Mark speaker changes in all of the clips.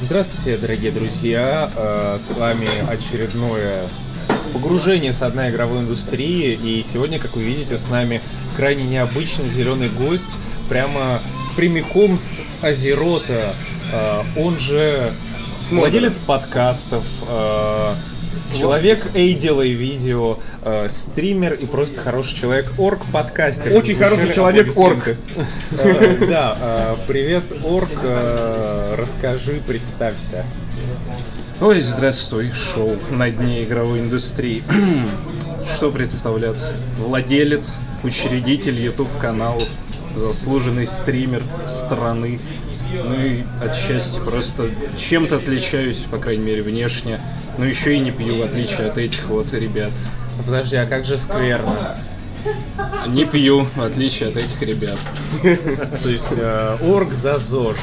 Speaker 1: Здравствуйте, дорогие друзья! Э, С вами очередное погружение со дна игровой индустрии. И сегодня, как вы видите, с нами крайне необычный зеленый гость, прямо прямиком с Азерота. Э, Он же владелец подкастов, э, человек Эй, делай видео, э, стример и просто хороший человек. Орг подкастер.
Speaker 2: Очень хороший человек, орг.
Speaker 1: Э, Да, э, привет, Орк. э, Расскажи, представься.
Speaker 3: Ой, здравствуй, шоу на дне игровой индустрии. Что представляться? Владелец, учредитель YouTube-каналов, заслуженный стример страны. Ну и от счастья просто чем-то отличаюсь, по крайней мере, внешне. Но еще и не пью, в отличие от этих вот ребят.
Speaker 1: Подожди, а как же скверно?
Speaker 3: Не пью, в отличие от этих ребят.
Speaker 1: То есть э, орг за ЗОЖ.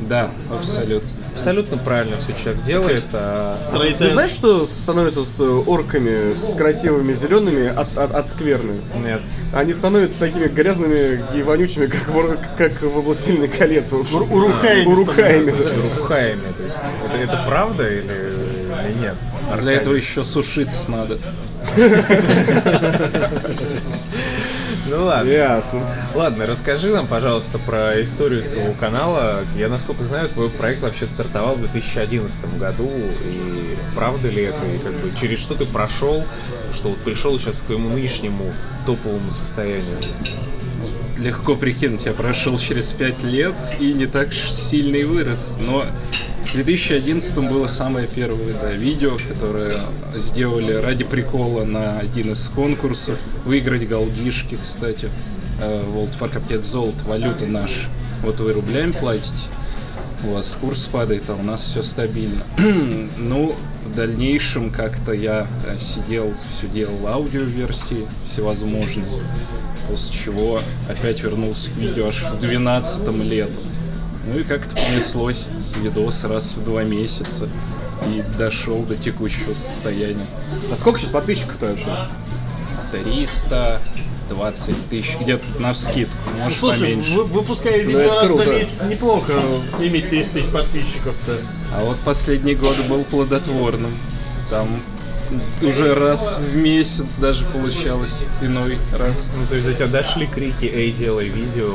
Speaker 3: Да, абсолютно.
Speaker 1: Абсолютно правильно все человек делает. а-
Speaker 2: Ты знаешь, что становится с э, орками, с красивыми зелеными от, от, от скверны?
Speaker 1: Нет.
Speaker 2: Они становятся такими грязными и вонючими, как, вор- как во «Властелине колец». в общем.
Speaker 4: Урухаями
Speaker 2: Урухаями, да.
Speaker 1: Рухаями. То есть это, это правда или, или нет?
Speaker 3: Для этого еще сушиться надо.
Speaker 1: Ну ладно.
Speaker 2: Ясно.
Speaker 1: Ладно, расскажи нам, пожалуйста, про историю своего канала. Я, насколько знаю, твой проект вообще стартовал в 2011 году. И правда ли это? И как бы через что ты прошел, что вот пришел сейчас к твоему нынешнему топовому состоянию?
Speaker 3: легко прикинуть, я прошел через 5 лет и не так ж сильно и вырос. Но в 2011 было самое первое да, видео, которое сделали ради прикола на один из конкурсов. Выиграть голдишки, кстати. Э, World Market золото, валюта наша. Вот вы рублями платите, у вас курс падает, а у нас все стабильно. ну, в дальнейшем как-то я э, сидел, все делал аудиоверсии всевозможные, после чего опять вернулся к видео аж в 12 летом. Ну и как-то понеслось видос раз в два месяца и дошел до текущего состояния.
Speaker 2: А сколько сейчас подписчиков-то вообще?
Speaker 3: 320 тысяч, где-то на вскидку,
Speaker 4: Ну,
Speaker 3: может
Speaker 4: слушай,
Speaker 3: поменьше.
Speaker 4: вы- выпуская видео
Speaker 2: Ну, это
Speaker 4: раз
Speaker 2: круто.
Speaker 4: в месяц, неплохо иметь 300 тысяч подписчиков-то.
Speaker 3: А вот последний год был плодотворным. Там уже раз в месяц даже получалось, иной раз.
Speaker 1: Ну, то есть до тебя дошли крики «Эй, делай видео»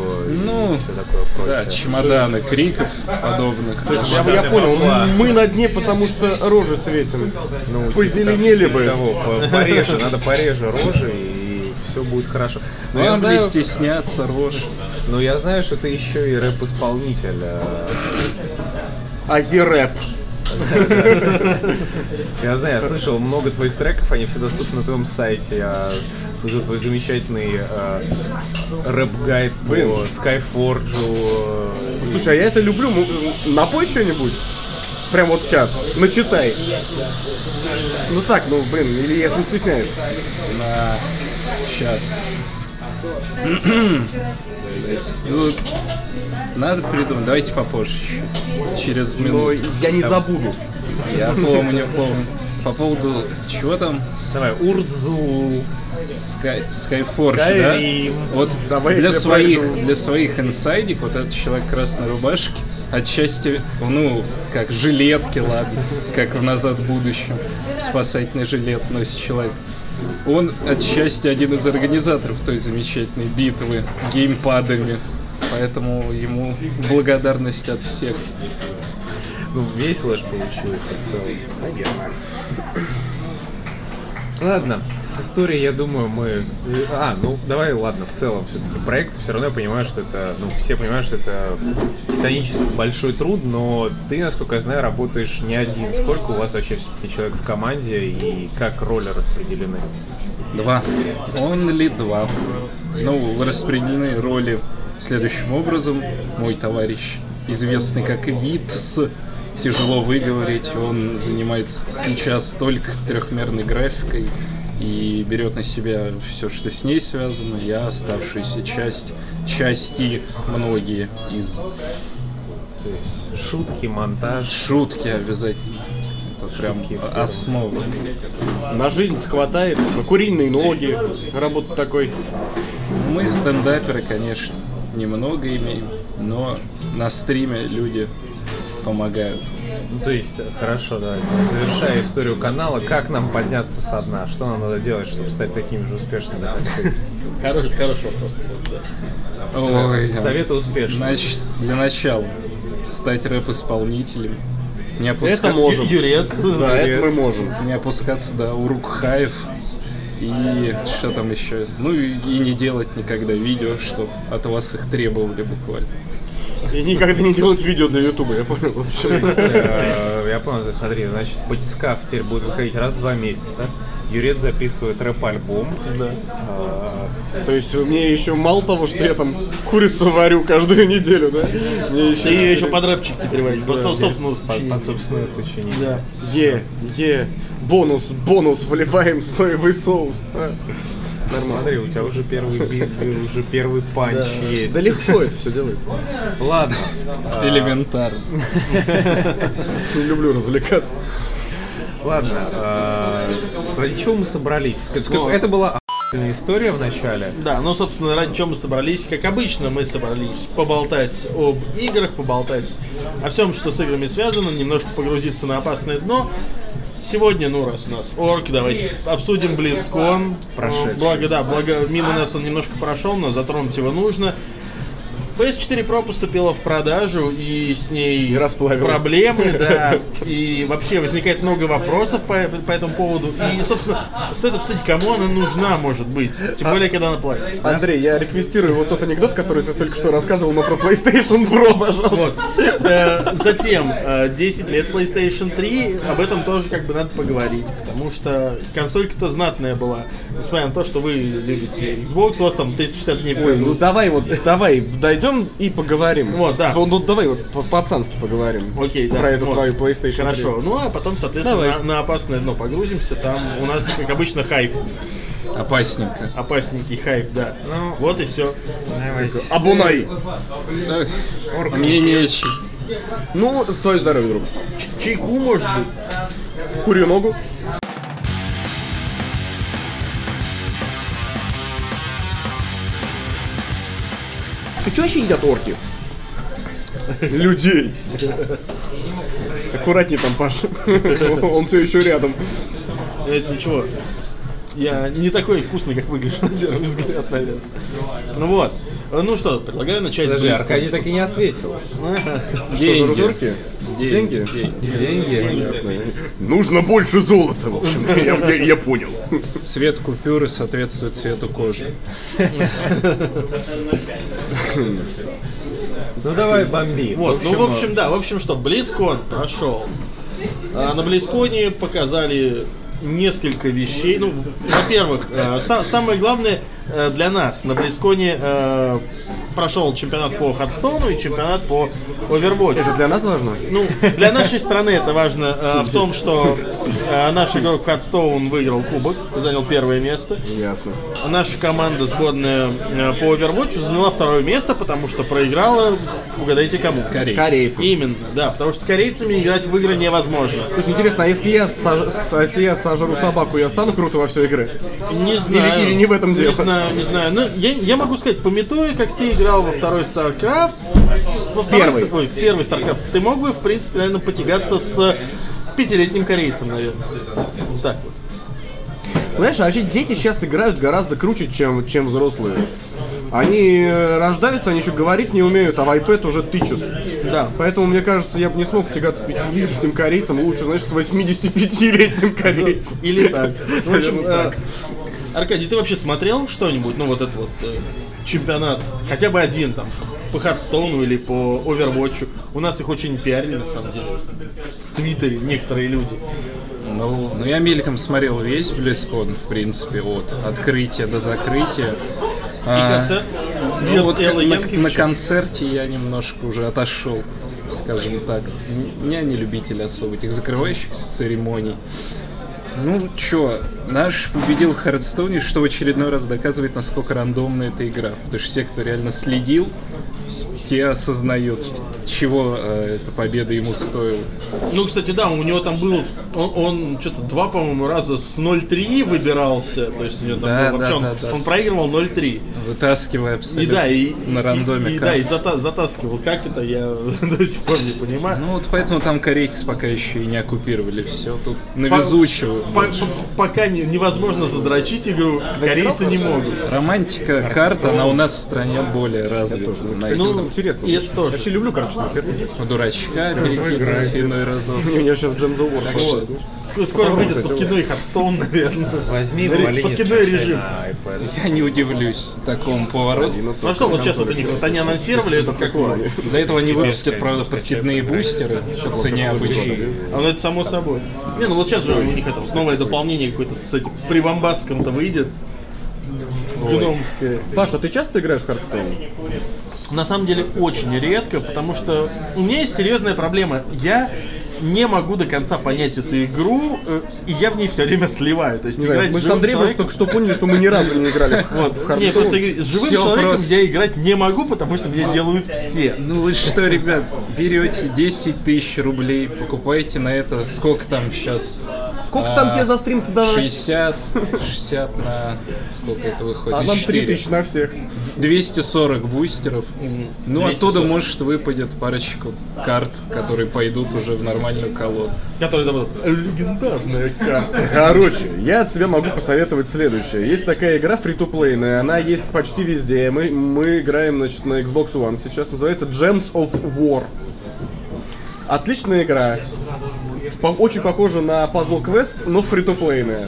Speaker 3: Ну,
Speaker 1: и все такое прочее. Типа
Speaker 3: Да, чемоданы криков подобных.
Speaker 2: Я, бы- я понял, мы на дне, потому что рожи светим.
Speaker 1: Ну, типа
Speaker 2: Позеленели
Speaker 1: типа
Speaker 2: бы.
Speaker 1: того, по- пореже, надо пореже рожи, и все будет хорошо. Но я,
Speaker 3: Вам ли
Speaker 1: знаю,
Speaker 3: стесняться рожь?
Speaker 1: но я знаю, что ты еще и рэп-исполнитель. э,
Speaker 2: Ази-рэп.
Speaker 1: Я знаю, я слышал много твоих треков, они все доступны на твоем сайте. Я слышал твой замечательный э, рэп-гайд по Skyforge. э, и-
Speaker 2: Слушай, а я это люблю. М- м, Напой что-нибудь. Прям вот сейчас. Начитай. Ну так, ну блин, или если не стесняешься.
Speaker 3: На сейчас. Ну, Надо придумать, давайте попозже чуть. Через
Speaker 2: Но
Speaker 3: минуту.
Speaker 2: Ну, я не забуду.
Speaker 3: Я помню, помню. По поводу чего там?
Speaker 1: Давай, Урзу.
Speaker 3: Sky, Skyforge,
Speaker 1: Skyrim.
Speaker 3: да? Вот
Speaker 2: Давай я
Speaker 3: для
Speaker 2: тебя
Speaker 3: своих,
Speaker 2: пойду.
Speaker 3: для своих инсайдик, вот этот человек в красной рубашки, отчасти, ну, как жилетки, ладно, как в «Назад в будущем», спасательный жилет носит человек. Он отчасти один из организаторов той замечательной битвы геймпадами, поэтому ему благодарность от всех.
Speaker 1: Ну, весело же получилось так в целом. Наверное. Ладно, с историей, я думаю, мы... А, ну, давай, ладно, в целом все-таки проект. Все равно я понимаю, что это... Ну, все понимают, что это титанически большой труд, но ты, насколько я знаю, работаешь не один. Сколько у вас вообще все-таки человек в команде и как роли распределены?
Speaker 3: Два. Он ли два? Ну, распределены роли следующим образом. Мой товарищ, известный как Витс, тяжело выговорить, он занимается сейчас только трехмерной графикой и берет на себя все, что с ней связано. Я оставшуюся часть, части многие из
Speaker 1: То есть шутки, монтаж.
Speaker 3: шутки обязательно. Это прям
Speaker 1: Шутки в первом.
Speaker 3: основа.
Speaker 2: На жизнь хватает, на куриные ноги, работа такой.
Speaker 3: Мы стендаперы, конечно, немного имеем, но на стриме люди помогают.
Speaker 1: Ну, то есть, хорошо, давай, завершая историю канала, как нам подняться со дна? Что нам надо делать, чтобы стать такими же успешными? как ты?
Speaker 4: Хороший, хороший вопрос. Да.
Speaker 3: Ой,
Speaker 1: Советы успешных.
Speaker 3: Значит, для начала стать рэп-исполнителем. Не, опуска-
Speaker 2: Это можем.
Speaker 4: Юрец.
Speaker 2: Да, это мы можем.
Speaker 3: не опускаться до урук хаев. И что там еще? Ну и, и не делать никогда видео, чтоб от вас их требовали буквально.
Speaker 2: И никогда не делать видео для Ютуба, я понял. В общем,
Speaker 1: Э, Я понял, значит, смотри, значит, батискаф теперь будет выходить раз в два месяца. Юрец записывает рэп-альбом. Э,
Speaker 2: То есть мне еще мало того, что я там курицу варю каждую неделю, да? Мне еще...
Speaker 4: Ты еще подрабчик теперь варишь. Под со- собственного
Speaker 1: Под,
Speaker 4: сочинения.
Speaker 1: под собственное сочинение.
Speaker 2: Да. Е, е, бонус, бонус, вливаем соевый соус. А. Нормально.
Speaker 1: Смотри, у тебя уже первый бит, уже первый панч есть.
Speaker 2: Да легко это все делается.
Speaker 1: Ладно.
Speaker 2: А.
Speaker 3: Элементарно.
Speaker 2: Не люблю развлекаться.
Speaker 1: Ладно, э, ради чего мы собрались? Это-
Speaker 4: Ну,
Speaker 1: Это была охуенная история в начале.
Speaker 4: Да, ну, собственно, ради чего мы собрались? Как обычно, мы собрались поболтать об играх, поболтать о всем, что с играми связано, немножко погрузиться на опасное дно. Сегодня, ну, раз у нас орк, давайте обсудим близкон.
Speaker 1: Прошедший.
Speaker 4: Благо, да, благо, мимо нас он немножко прошел, но затронуть его нужно. PS4 Pro поступила в продажу, и с ней
Speaker 2: И расплавилась.
Speaker 4: проблемы, да, и вообще возникает много вопросов по, по этому поводу. И, собственно, стоит обсудить, кому она нужна, может быть, тем более, когда она платится.
Speaker 2: Андрей, я реквестирую вот тот анекдот, который ты только что рассказывал, но про PlayStation Pro, пожалуйста.
Speaker 4: Э, Затем, э, 10 лет PlayStation 3, об этом тоже как бы надо поговорить, потому что консолька-то знатная была, несмотря на то, что вы любите Xbox, у вас там 360 дней в
Speaker 2: Ой,
Speaker 4: году.
Speaker 2: ну давай вот, давай, дойдем и поговорим.
Speaker 4: Вот, да.
Speaker 2: Ну давай вот по- по-пацански поговорим.
Speaker 4: Окей, да,
Speaker 2: Про эту
Speaker 4: вот.
Speaker 2: твою PlayStation
Speaker 4: Хорошо,
Speaker 2: 3.
Speaker 4: ну а потом, соответственно, на, на опасное дно погрузимся, там у нас, как обычно, хайп,
Speaker 3: Опасненько.
Speaker 4: опасненький хайп, да. вот и все.
Speaker 2: Абунай!
Speaker 3: Э, а Мне нечем.
Speaker 2: Ну, стой здоровье, друг.
Speaker 4: Чайку, может быть?
Speaker 2: Курю ногу. Ты А чё вообще едят орки? Людей. Аккуратнее там, Паша. Он все еще рядом.
Speaker 4: Э, Это ничего. Я не такой вкусный, как выгляжу на первый взгляд, наверное. Ну вот. Э, Ну что, предлагаю начать
Speaker 1: Подожди,
Speaker 4: с близкого.
Speaker 1: Аркадий так и не ответил.
Speaker 2: Что же,
Speaker 3: Деньги.
Speaker 2: рудорки? Деньги?
Speaker 1: Деньги.
Speaker 2: Нужно больше золота, в общем. Я, я- я понял.
Speaker 3: Цвет купюры соответствует цвету кожи.
Speaker 1: Ну давай бомби.
Speaker 4: Вот, ну в общем, да, в общем что, Близкон прошел. А, на Близконе показали несколько вещей. Ну, во-первых, э, са- самое главное э, для нас на Близконе э, прошел чемпионат по Хардстоуну и чемпионат по Overwatch.
Speaker 2: Для нас важно?
Speaker 4: Ну, для нашей страны это важно э, в том, что э, наш игрок Хардстоун выиграл кубок, занял первое место.
Speaker 2: Ясно.
Speaker 4: А Наша команда сборная э, по Overwatch заняла второе место, потому что проиграла, угадайте кому.
Speaker 3: Корейцы.
Speaker 2: Корейцы.
Speaker 4: Именно, да, потому что с корейцами играть в игры невозможно.
Speaker 2: Слушай, интересно, а если я, сож- с- а если я сожру собаку, я стану круто во все играть?
Speaker 4: Не знаю.
Speaker 2: или не в этом дело.
Speaker 4: Не знаю, не знаю. Ну, я, я могу сказать, пометуя, как ты играл во второй StarCraft, во второй
Speaker 2: первый.
Speaker 4: Ста- ой, в первый StarCraft, ты мог бы, в принципе, наверное, потягаться с пятилетним корейцем, наверное. Вот Так вот.
Speaker 2: Знаешь, а вообще дети сейчас играют гораздо круче, чем, чем взрослые. Они э, рождаются, они еще говорить не умеют, а в iPad уже тычут.
Speaker 4: Да.
Speaker 2: Поэтому, мне кажется, я бы не смог тягаться с 50-летним корейцем, лучше, знаешь, с 85-летним корейцем.
Speaker 4: Ну, Или так. Ну, в общем,
Speaker 2: Наверное,
Speaker 4: э, Аркадий, ты вообще смотрел что-нибудь? Ну, вот этот вот э, чемпионат, хотя бы один там, по Хардстоуну или по Овервотчу. У нас их очень пиарили, на самом деле. В Твиттере некоторые люди.
Speaker 3: Ну, ну, я мельком смотрел весь Близкон, в принципе, от открытия до закрытия. А,
Speaker 4: концерт?
Speaker 3: ну,
Speaker 4: Вет
Speaker 3: вот
Speaker 4: Эллы
Speaker 3: на,
Speaker 4: Янки
Speaker 3: на
Speaker 4: еще?
Speaker 3: концерте я немножко уже отошел, скажем так. Н- Я не любитель особо этих закрывающихся церемоний. Ну чё, наш победил Хардстоуни, что в очередной раз доказывает, насколько рандомна эта игра. Потому что все, кто реально следил, с- те осознают, чего э, эта победа ему стоила.
Speaker 4: Ну, кстати, да, у него там был, он, он что-то два, по-моему, раза с 0-3 выбирался, то есть у него там
Speaker 3: Да, да,
Speaker 4: был вообще он,
Speaker 3: да, да.
Speaker 4: он проигрывал 0-3.
Speaker 3: Вытаскивая
Speaker 4: И
Speaker 3: абсолютно
Speaker 4: да, и,
Speaker 3: на
Speaker 4: и-
Speaker 3: рандоме.
Speaker 4: и,
Speaker 3: карты.
Speaker 4: да, и зата- затаскивал. Как это, я до сих пор не понимаю.
Speaker 3: Ну вот поэтому там корейцы пока еще и не оккупировали все. Тут на везучего.
Speaker 4: По-
Speaker 3: больше.
Speaker 4: по- пока не- невозможно задрочить игру, корейцы не могут.
Speaker 3: Романтика карт, она у нас в стране более развита. знаете,
Speaker 2: Ну,
Speaker 3: там
Speaker 2: интересно.
Speaker 4: И это
Speaker 2: Я
Speaker 4: тоже.
Speaker 2: вообще люблю карточную передачу.
Speaker 3: дурачка перекинуть иной разок.
Speaker 2: У меня сейчас Джем the War
Speaker 3: что-
Speaker 2: пошел.
Speaker 4: Ск- Скоро выйдет подкидной Хардстоун, наверное.
Speaker 1: Возьми
Speaker 4: Смотри,
Speaker 1: Валини,
Speaker 4: подкидной
Speaker 1: скачай
Speaker 4: режим.
Speaker 1: на iPad.
Speaker 3: Я не удивлюсь такому повороту.
Speaker 4: Ну что, вот сейчас вот они вот они анонсировали это какое?
Speaker 3: До этого они выпустят, правда, подкидные бустеры по цене обычной.
Speaker 4: А, Ну это само собой. Не, ну вот сейчас же у них это новое дополнение какое-то с этим прибамбаском-то выйдет. Гномское.
Speaker 2: Паша, ты часто играешь в Хардстоун?
Speaker 4: На самом деле очень редко, потому что у меня есть серьезная проблема. Я не могу до конца понять эту игру, э, и я в ней все время сливаю. То есть
Speaker 2: Не
Speaker 4: играть
Speaker 2: знаю, мы
Speaker 4: с
Speaker 2: с
Speaker 4: живым
Speaker 2: Андреем просто
Speaker 4: человеком...
Speaker 2: только что поняли, что мы ни разу не играли в
Speaker 4: Вот.
Speaker 2: в
Speaker 4: Не,
Speaker 2: Хардстоун.
Speaker 4: просто говорю, с живым
Speaker 3: Всё
Speaker 4: человеком
Speaker 3: просто.
Speaker 4: я играть не могу, потому что меня делают все.
Speaker 3: Ну вы что, ребят, берете 10 тысяч рублей, покупаете на это, сколько там сейчас?
Speaker 2: Сколько там тебе за стрим-то давать?
Speaker 3: 60, 60 на... Сколько это выходит?
Speaker 2: А нам
Speaker 3: 4.
Speaker 2: 3000 на всех.
Speaker 3: 240 бустеров. Ну, оттуда, может, выпадет парочку карт, которые пойдут уже в нормальную колоду.
Speaker 4: Которые там «Э, вот, легендарная карта.
Speaker 2: Короче, я от себя могу посоветовать следующее. Есть такая игра фри-то-плейная, она есть почти везде. Мы, мы играем, значит, на Xbox One сейчас. Называется Gems of War. Отличная игра. По- очень похожа на Puzzle Quest, но фри-то-плейная.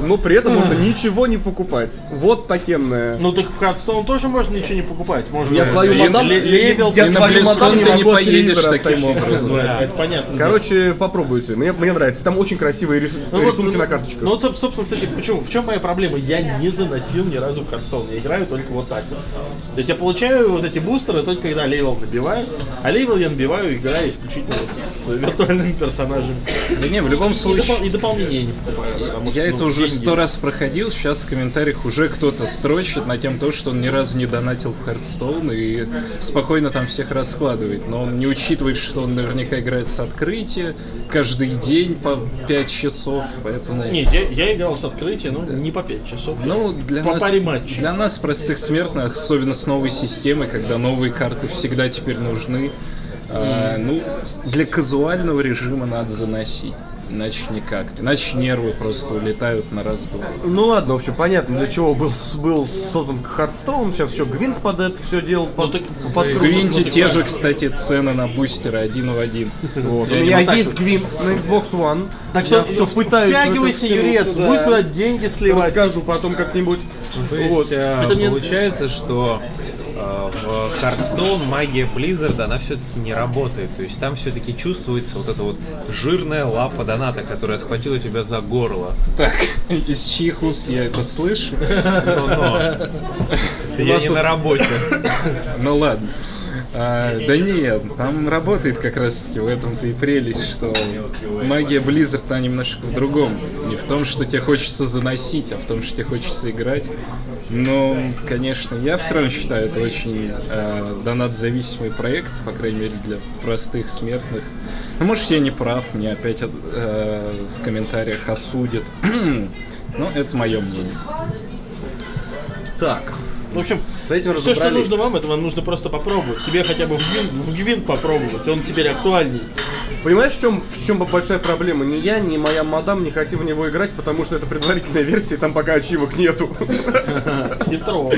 Speaker 2: Но при этом можно ничего не покупать. Вот такенная.
Speaker 4: Ну так в Хардстоун тоже можно ничего не покупать. Можно
Speaker 2: Я свою
Speaker 3: да,
Speaker 2: мадам,
Speaker 4: ле- левел-
Speaker 2: я
Speaker 3: и на
Speaker 2: свою мадам
Speaker 3: Близкон
Speaker 2: не
Speaker 3: ты не
Speaker 2: могу от
Speaker 3: поедешь
Speaker 2: телевизора
Speaker 3: таким
Speaker 2: оттащить.
Speaker 3: образом.
Speaker 4: Да, это понятно.
Speaker 2: Короче, попробуйте. Мне, мне нравится. Там очень красивые рису-
Speaker 4: Ну вот,
Speaker 2: рисунки
Speaker 4: ну,
Speaker 2: на карточках.
Speaker 4: Ну вот, соб- собственно, кстати, почему? В чем моя проблема? Я не заносил ни разу в Хардстоун. Я играю только вот так вот. То есть я получаю вот эти бустеры только когда левел набиваю. А левел я набиваю, играя исключительно вот с виртуальными персонажами.
Speaker 3: Да не, в любом
Speaker 4: И,
Speaker 3: случае...
Speaker 4: допол- и дополнение я не покупаю. потому что,
Speaker 3: Я
Speaker 4: ну,
Speaker 3: это уже
Speaker 4: деньги.
Speaker 3: сто раз проходил, сейчас в комментариях уже кто-то строчит на тем, то, что он ни разу не донатил в Хардстоун и спокойно там всех раскладывает. Но он не учитывает, что он наверняка играет с открытия каждый день по 5 часов, поэтому...
Speaker 4: Не, я, я играл с открытия, ну, не по 5 часов.
Speaker 3: Ну, для
Speaker 4: По
Speaker 3: нас,
Speaker 4: паре матчей.
Speaker 3: для нас, простых смертных, особенно с новой системой, когда новые карты всегда теперь нужны, а, ну, с- для казуального режима надо заносить. Иначе никак. Иначе нервы просто улетают на раздумье.
Speaker 2: Ну ладно, в общем, понятно, для чего был, был создан Хардстоун, сейчас еще Гвинт под это все делал, под,
Speaker 4: Ну, так-
Speaker 2: под
Speaker 3: В
Speaker 2: круг.
Speaker 3: Гвинте те же, кстати, цены на бустеры один в один.
Speaker 2: Вот.
Speaker 4: Ну,
Speaker 2: У меня есть Гвинт на Xbox One.
Speaker 4: Так
Speaker 2: Я
Speaker 4: что
Speaker 2: всё
Speaker 4: в-
Speaker 2: пытаюсь в это
Speaker 4: втягивайся,
Speaker 2: втянуться,
Speaker 4: Юрец,
Speaker 2: да.
Speaker 4: будет куда деньги сливать.
Speaker 2: Расскажу потом как-нибудь.
Speaker 1: То есть
Speaker 2: Вот.
Speaker 1: э,
Speaker 4: Это мне-
Speaker 1: получается, что э, в Hearthstone магия Blizzard, она все-таки не работает. То есть там все-таки чувствуется вот эта вот жирная лапа доната, которая схватила тебя за горло.
Speaker 3: Так, из чьих уст я это слышу?
Speaker 1: Но-но. Я не на работе.
Speaker 3: Ну ладно. А, да нет, там работает как раз таки, в этом-то и прелесть, что магия Blizzard, она немножко в другом. Не в том, что тебе хочется заносить, а в том, что тебе хочется играть. Но, конечно, я все равно считаю это очень э, донат-зависимый проект, по крайней мере, для простых смертных. Ну, может, я не прав, меня опять э, в комментариях осудят. Но это мое мнение.
Speaker 1: Так.
Speaker 4: Ну, В общем,
Speaker 1: С этим
Speaker 4: все, что
Speaker 1: разобрались.
Speaker 4: нужно вам, это вам нужно просто попробовать. Тебе хотя бы в гвинт, в гвинт попробовать, он теперь актуальней.
Speaker 2: Понимаешь, в чем, в чем большая проблема? Ни я, ни моя мадам не хотим в него играть, потому что это предварительная версия, и там пока ачивок нету.
Speaker 4: Хитро.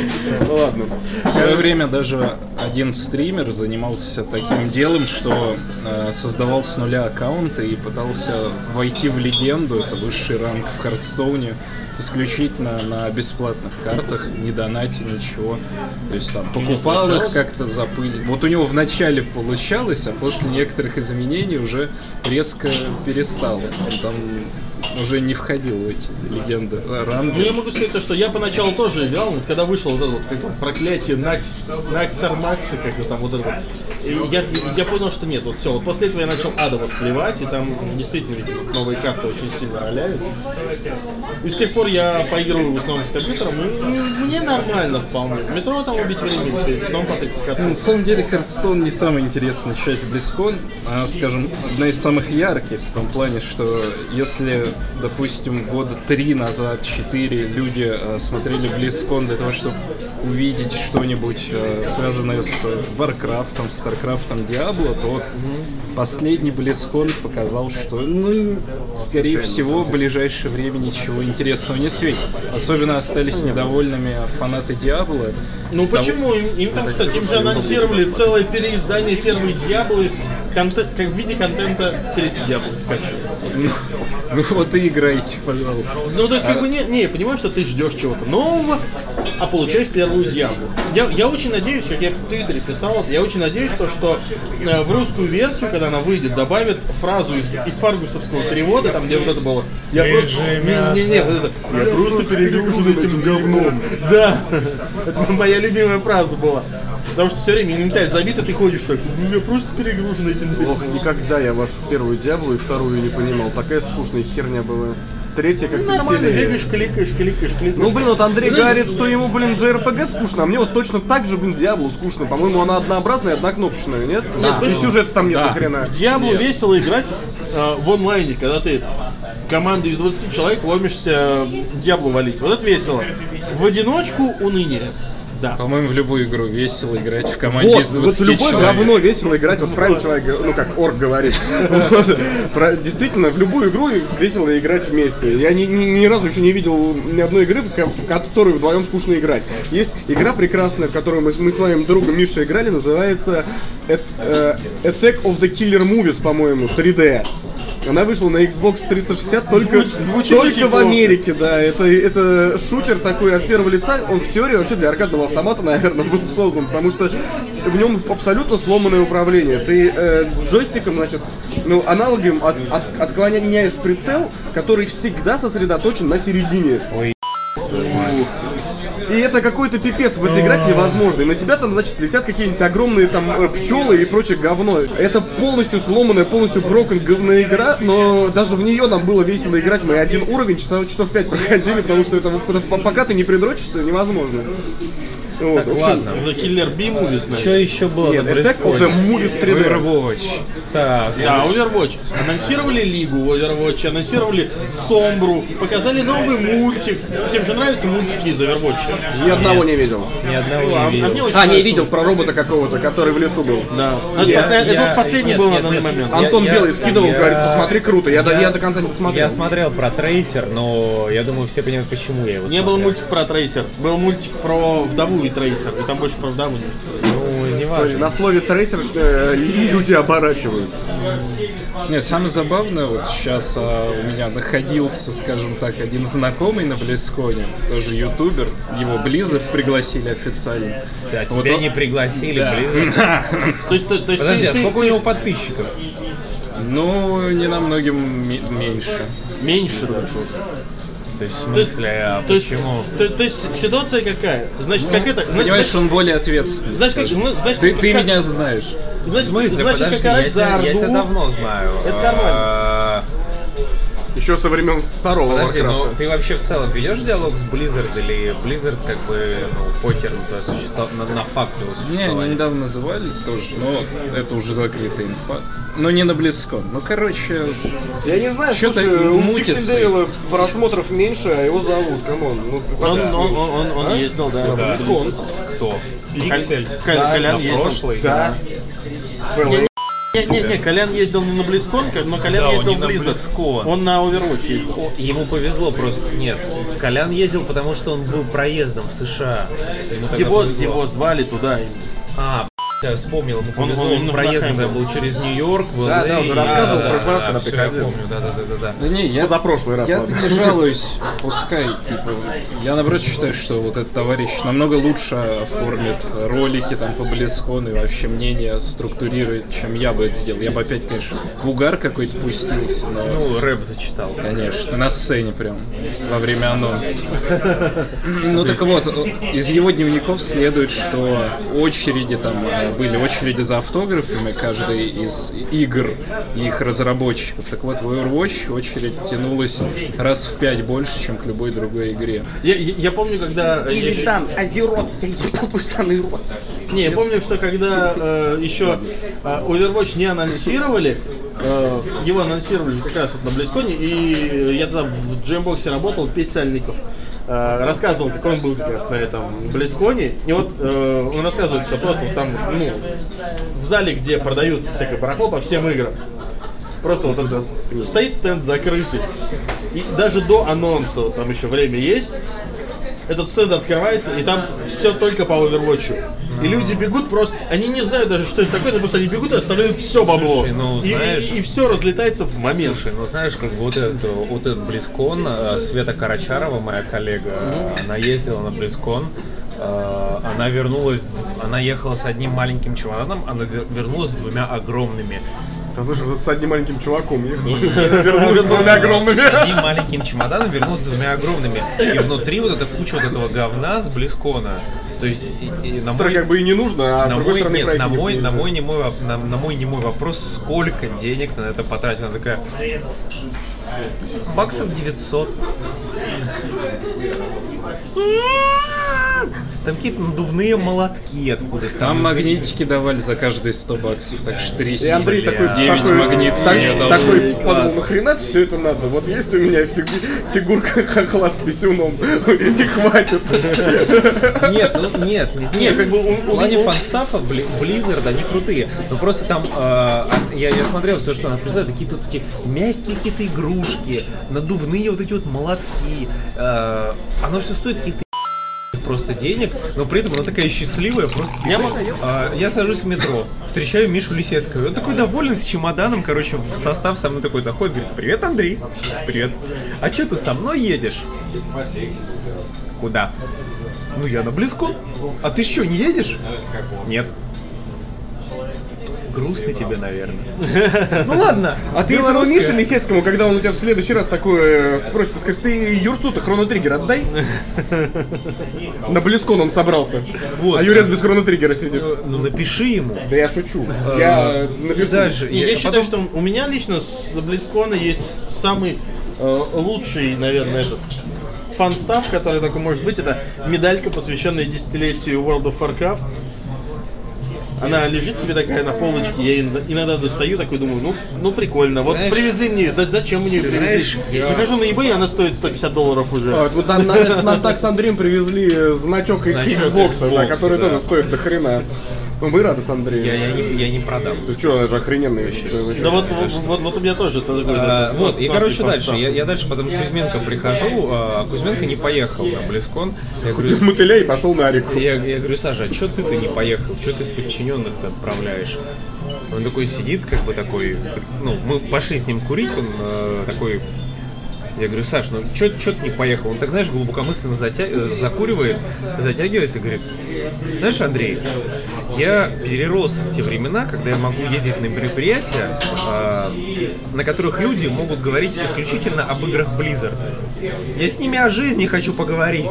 Speaker 2: Ну ладно.
Speaker 3: В свое время даже один стример занимался таким делом, что э, создавал с нуля аккаунты и пытался войти в легенду, это высший ранг в Хардстоуне, исключительно на бесплатных картах, не донате ничего. То есть там покупал их как-то запыль. Вот у него вначале получалось, а после некоторых изменений уже резко перестало. Он там уже не входил в эти легенды э,
Speaker 4: Ну, я
Speaker 3: ранга.
Speaker 4: могу сказать то, что я поначалу тоже играл, но когда вышло вот это вот как его, проклятие Накс, Наксар Макса, как-то там вот это вот, и я, я понял, что нет, вот все, вот после этого я начал Адова сливать, и там действительно ведь вот новые карты очень сильно роляют. И с тех пор я поигрываю в основном с компьютером, и ну, мне нормально вполне. В метро там убить время, перед сном потыкать
Speaker 3: Э, На
Speaker 4: карты.
Speaker 3: самом деле, Хардстоун не самая интересная часть Близкон, а, скажем, одна из самых ярких, в том плане, что если, допустим, года три назад, четыре люди э, смотрели Близкон для того, чтобы увидеть что-нибудь, э, связанное с э, Варкрафтом, Старкрафтом, Диабло, то вот последний Близкон показал, что, ну, скорее всего, в ближайшее время ничего интересного не светит. Особенно остались недовольными фанаты Диабло.
Speaker 4: Ну
Speaker 3: с того-
Speaker 4: почему? Им, им там, кстати, им же анонсировали целое переиздание первой Дьяблы контент, как в виде контента третьей Дьяблы, скачивали.
Speaker 3: Ну, ну вот и играйте, пожалуйста.
Speaker 4: Ну, то есть, как бы, не, не, я понимаю, что ты ждешь чего-то нового, а получаешь первую дьяволу. Я, я очень надеюсь, как я в Твиттере писал, я очень надеюсь, то, что э, в русскую версию, когда она выйдет, добавят фразу из, из фаргусовского перевода, там, где вот это было. Я просто...
Speaker 1: Свежее
Speaker 4: Не, не, не, вот это. Я, просто перегружен этим говном. Да. Это моя любимая фраза была. Потому что все время инвентарь забит, и ты ходишь так, я просто перегружен этим говном.
Speaker 2: Ох, никогда я вашу первую дьяволу и вторую не понимал. Такая скучная херня была. Третья
Speaker 4: Ну,
Speaker 2: как-то
Speaker 4: Нормально,
Speaker 2: веселее.
Speaker 4: бегаешь, кликаешь, кликаешь, кликаешь.
Speaker 2: Ну, блин, вот Андрей
Speaker 4: Знаешь,
Speaker 2: говорит, что ему, блин, JRPG скучно, а мне вот точно так же, блин, Диабло скучно. По-моему, она однообразная, однокнопочная, нет?
Speaker 4: Да.
Speaker 2: И сюжета там нет
Speaker 3: Да.
Speaker 2: ни хрена.
Speaker 4: В Диаблу весело играть э, в онлайне, когда ты команду из 20 человек ломишься э, Диаблу валить. Вот это весело. В одиночку уныние. Да.
Speaker 3: По-моему, в любую игру весело играть в команде
Speaker 2: Вот,
Speaker 3: из
Speaker 2: вот
Speaker 3: 20
Speaker 2: в любое
Speaker 3: человек.
Speaker 2: говно весело играть, вот правильно человек, говорит, ну как орг говорит. Вот. Про- Действительно, в любую игру весело играть вместе. Я ни, ни- ни разу еще не видел ни одной игры, в ко- в которую вдвоем скучно играть. Есть игра прекрасная, в которую мы, с- мы с моим другом Мишей играли, называется Эт- э, Attack of the Killer Movies, по-моему, 3D. Она вышла на Xbox 360 только,
Speaker 4: Звуч- звучит
Speaker 2: только
Speaker 4: очень
Speaker 2: в
Speaker 4: плохо.
Speaker 2: Америке, да. Это, это шутер такой от первого лица. Он в теории вообще для аркадного автомата, наверное, был создан, потому что в нем абсолютно сломанное управление. Ты э, джойстиком, значит, ну, аналогом от- от- отклоняешь прицел, который всегда сосредоточен на середине. И это какой-то пипец, в это играть невозможно. И на тебя там, значит, летят какие-нибудь огромные там э, пчелы и прочее говно. Это полностью сломанная, полностью брокен говная игра, но даже в нее нам было весело играть. Мы один уровень часов, часов 5 проходили, потому что это вот- п- пока ты не придрочишься, невозможно. Вот, в общем,
Speaker 1: ладно.
Speaker 4: The Killer B Movie, знаешь.
Speaker 1: Что еще было
Speaker 2: Нет,
Speaker 1: на
Speaker 2: Attack of the
Speaker 1: Близконе?
Speaker 2: Movies 3D.
Speaker 3: Overwatch.
Speaker 1: Так,
Speaker 4: Да, Overwatch. Анонсировали Лигу в Overwatch, анонсировали Сомбру, показали новый мультик. Всем же нравятся мультики из Overwatch.
Speaker 2: Ни одного не видел.
Speaker 1: ни одного
Speaker 4: Ну, а- а
Speaker 1: не
Speaker 4: мне
Speaker 1: видел.
Speaker 4: очень
Speaker 2: А, не
Speaker 4: нравится.
Speaker 2: видел про робота какого-то, который в лесу был.
Speaker 4: Да. Ну, Это,
Speaker 1: Я-
Speaker 4: посля- это
Speaker 1: я-
Speaker 4: вот последний
Speaker 1: нет,
Speaker 4: был на
Speaker 1: нет,
Speaker 4: данный
Speaker 1: нет.
Speaker 4: момент.
Speaker 1: Я-
Speaker 2: Антон
Speaker 1: я-
Speaker 2: Белый скидывал,
Speaker 1: я-
Speaker 2: говорит, посмотри, круто. Я, до- я, до конца не
Speaker 1: Я
Speaker 2: посмотрел.
Speaker 1: смотрел про трейсер, но я думаю, все понимают, почему я его
Speaker 4: Не
Speaker 1: смотрел.
Speaker 4: было мультик про Трейсер, был мультик про вдову и Трейсер, и там больше про вдову нет.
Speaker 1: Ну, не
Speaker 2: Смотри,
Speaker 1: важно.
Speaker 2: на слове трейсер э, люди оборачиваются.
Speaker 3: Нет, самое забавное, вот сейчас а, у меня находился, скажем так, один знакомый на Близконе, тоже ютубер, его Blizzard пригласили официально.
Speaker 1: Да,
Speaker 4: А
Speaker 3: Вот
Speaker 1: тебя
Speaker 3: он-
Speaker 1: А не пригласили,
Speaker 3: Да.
Speaker 1: Blizzard.
Speaker 4: То есть, то, то есть
Speaker 1: Подожди,
Speaker 4: ты-
Speaker 1: а
Speaker 4: ты-
Speaker 1: сколько у
Speaker 4: ты-
Speaker 1: него подписчиков?
Speaker 3: Ну, не намногим ми- меньше.
Speaker 4: Меньше даже.
Speaker 1: То есть, в
Speaker 4: есть-
Speaker 1: смысле, а
Speaker 4: То есть,
Speaker 1: почему? Ну,
Speaker 4: то, то есть ситуация какая? Значит, как это? Значит,
Speaker 3: Понимаешь, он более ответственный.
Speaker 4: Ну, Знаешь, как-
Speaker 3: скажем.
Speaker 4: ну, знаешь,
Speaker 3: ты,
Speaker 4: как-
Speaker 3: ты
Speaker 4: как-
Speaker 3: меня знаешь.
Speaker 1: В
Speaker 4: значит,
Speaker 1: смысле,
Speaker 4: значит, как
Speaker 1: подожди, я
Speaker 4: орать за
Speaker 1: тебя, я
Speaker 4: Орду?
Speaker 1: тебя давно знаю.
Speaker 4: Это нормально.
Speaker 1: А,
Speaker 2: Еще со времен второго
Speaker 1: Подожди,
Speaker 2: Варкрафта.
Speaker 1: ну ты вообще в целом ведешь диалог с Blizzard или Blizzard как бы, ну, похер на, твое существо- на, на факт его
Speaker 3: Не, они
Speaker 1: существования?
Speaker 3: недавно звали тоже, но это уже закрытая инфа. Но не на Близкон. Ну, короче,
Speaker 2: Я не знаю,
Speaker 3: Чё-то
Speaker 2: слушай, у
Speaker 3: мутится.
Speaker 2: Пиксель Дэвила просмотров меньше, а его зовут, камон. Ну,
Speaker 4: Он,
Speaker 2: да.
Speaker 4: он, он, он, он ездил, да.
Speaker 1: А? Да.
Speaker 4: Близкон.
Speaker 1: Кто?
Speaker 4: Каль-
Speaker 1: Каль-
Speaker 4: Каль- Колян
Speaker 1: на
Speaker 4: ездил.
Speaker 1: прошлый?
Speaker 2: Да.
Speaker 4: Не, не, не, Колян ездил не на Близкон, но Колян
Speaker 1: Да, он
Speaker 4: ездил
Speaker 1: не
Speaker 4: в
Speaker 1: на
Speaker 4: Blizzard.
Speaker 1: Близкон.
Speaker 4: Он на Overwatch ездил.
Speaker 1: О, Ему повезло просто. Нет, Колян ездил, потому что он был проездом в США. Ему тогда
Speaker 4: Его,
Speaker 1: повезло.
Speaker 4: его звали туда.
Speaker 1: А, Я вспомнил, мы повезло,
Speaker 4: он
Speaker 1: он,
Speaker 4: на
Speaker 1: проездом
Speaker 4: Франкхайме.
Speaker 1: был через Нью-Йорк, в
Speaker 2: Да,
Speaker 1: LA.
Speaker 2: да, он же рассказывал в прошлый раз, когда
Speaker 1: всё,
Speaker 2: приходил.
Speaker 1: я помню, да-да-да-да.
Speaker 3: Да не,
Speaker 4: Ну,
Speaker 3: я...
Speaker 2: За прошлый раз,
Speaker 3: Я
Speaker 2: ладно.
Speaker 3: не жалуюсь, пускай, типа, я наоборот считаю, что вот этот товарищ намного лучше оформит ролики там по Близкону и вообще мнение структурирует, чем я бы это сделал. Я бы опять, конечно, в угар какой-то пустился, но,
Speaker 1: Ну, рэп зачитал.
Speaker 3: конечно, на сцене прям, во время анонса. Ну так вот, из его дневников следует, что очереди там э, были очереди за автографами каждой из игр и их разработчиков. Так вот, в Overwatch очередь тянулась раз в пять больше, чем к любой другой игре.
Speaker 4: Я, я- я помню, когда... я ещё-
Speaker 5: там, Азерот, я ебал твой сраный рот.
Speaker 4: Не, я помню, что когда э, еще э, Overwatch не анонсировали, э, его анонсировали же как раз вот на Близконе, и я тогда в джембоксе работал, Петь Сальников э, рассказывал, как он был как раз на этом Близконе, и вот э, он рассказывает, что просто вот там, ну, в зале, где продаются всякое барахло по всем играм, Просто вот этот вот стоит стенд закрытый. И даже до анонса, вот там еще время есть, этот стенд открывается, и там все только по овервотчу. И люди бегут просто, они не знают даже, что это такое, но просто они бегут и оставляют все бабло.
Speaker 1: Слушай, ну,
Speaker 4: И- и-
Speaker 1: знаешь-
Speaker 4: и, все разлетается в момент.
Speaker 1: Слушай, ну знаешь, как бы вот этот, вот этот Близкон, э, Света Карачарова, моя коллега, э, она ездила на Близкон, э, она вернулась, она ехала с одним маленьким чемоданом, она вер- вернулась с двумя огромными.
Speaker 2: Да слушай, А вот с одним маленьким чуваком ехал. Вернулся с двумя огромными.
Speaker 1: С одним маленьким чемоданом вернулась с двумя огромными. И внутри вот эта куча вот этого говна с Близкона. То есть, и- и на
Speaker 2: Который
Speaker 1: мой
Speaker 2: как бы и не нужно, а с
Speaker 1: на
Speaker 2: другой
Speaker 1: мой,
Speaker 2: стороны
Speaker 1: нет,
Speaker 2: пройти
Speaker 1: на
Speaker 2: не
Speaker 1: мой, на
Speaker 2: нужно.
Speaker 1: мой немой, воп- на, на мой немой вопрос, сколько денег ты на это потратил? Она такая, баксов 900. Там какие-то надувные молотки откуда-то.
Speaker 3: Там магнитики давали за каждые 100 баксов, так что 3
Speaker 2: И Андрей
Speaker 1: Бля.
Speaker 2: такой,
Speaker 1: Девять
Speaker 2: такой,
Speaker 3: магнитов
Speaker 2: так-
Speaker 3: мне дало.
Speaker 2: такой
Speaker 3: Класс.
Speaker 2: подумал, нахрена все это надо? Вот есть у меня фигу- фигурка хохла с писюном, и хватит.
Speaker 1: Нет, ну нет, нет,
Speaker 4: Не,
Speaker 1: нет.
Speaker 4: как бы он-
Speaker 1: в плане
Speaker 4: он-
Speaker 1: фанстафа Бли- Blizzard они крутые. Но просто там э, от- я, я смотрел все, что она представляет, такие тут такие мягкие какие-то игрушки, надувные вот эти вот молотки. Э, оно все стоит каких-то просто денег, но при этом она такая счастливая. Просто я, я сажусь в метро, встречаю Мишу Лисецкого. Он такой доволен с чемоданом, короче, в состав со мной такой заходит, говорит, привет, Андрей. Привет. А что ты со мной едешь? Куда? Ну я на близко. А ты что, не едешь? Нет. Грустно тебе, наверное. Ну ладно.
Speaker 2: А ты этому Мише Лисецкому, когда он у тебя в следующий раз такое э, спросит, ты скажешь, ты Юрцу-то хронотриггер отдай? На Близкон он собрался.
Speaker 1: Вот.
Speaker 2: А Юрец без хронотриггера сидит.
Speaker 1: Ну напиши ему.
Speaker 2: Да я шучу. Я э, напишу.
Speaker 1: Дальше.
Speaker 4: Ну, Я,
Speaker 1: Я- а
Speaker 4: считаю, что у меня лично с Близкона есть самый э, лучший, наверное, этот фан-став, который только может быть, это медалька, посвященная десятилетию World of Warcraft. Она лежит себе такая на полочке, я иногда- иногда достаю, такой думаю, ну, ну прикольно, вот
Speaker 1: Знаешь-
Speaker 4: привезли мне, за- зачем мне ее привезли? Захожу на eBay, она стоит 150 долларов уже.
Speaker 2: А, вот нам, нам- нам так с Андреем привезли э, значок,
Speaker 1: Значок
Speaker 2: Xbox,
Speaker 1: Xbox,
Speaker 2: который
Speaker 1: да.
Speaker 2: тоже стоит до хрена. Ну, мы рады с Андреем.
Speaker 1: Я, я не, я не продам.
Speaker 2: Ты что, это же охрененный вещи.
Speaker 4: да вот, вот, вот, вот у меня тоже это такой,
Speaker 1: А,
Speaker 4: этот
Speaker 1: Вот, и
Speaker 4: классный
Speaker 1: короче
Speaker 4: фан-став.
Speaker 1: дальше. Я, я дальше потом к Кузьменко прихожу, а Кузьменко не поехал на Близкон. Я говорю,
Speaker 2: Купил мотыля и пошел на реку.
Speaker 1: Я, я говорю, Саша, а что ты-то не поехал? Что ты подчиненных-то отправляешь? Он такой сидит, как бы такой, ну, мы пошли с ним курить, он э, такой, я говорю, Саш, ну что ты не поехал? Он так, знаешь, глубокомысленно затя- э, закуривает, затягивается и говорит, знаешь, Андрей, я перерос те времена, когда я могу ездить на мероприятия, э, на которых люди могут говорить исключительно об играх Blizzard. Я с ними о жизни хочу поговорить.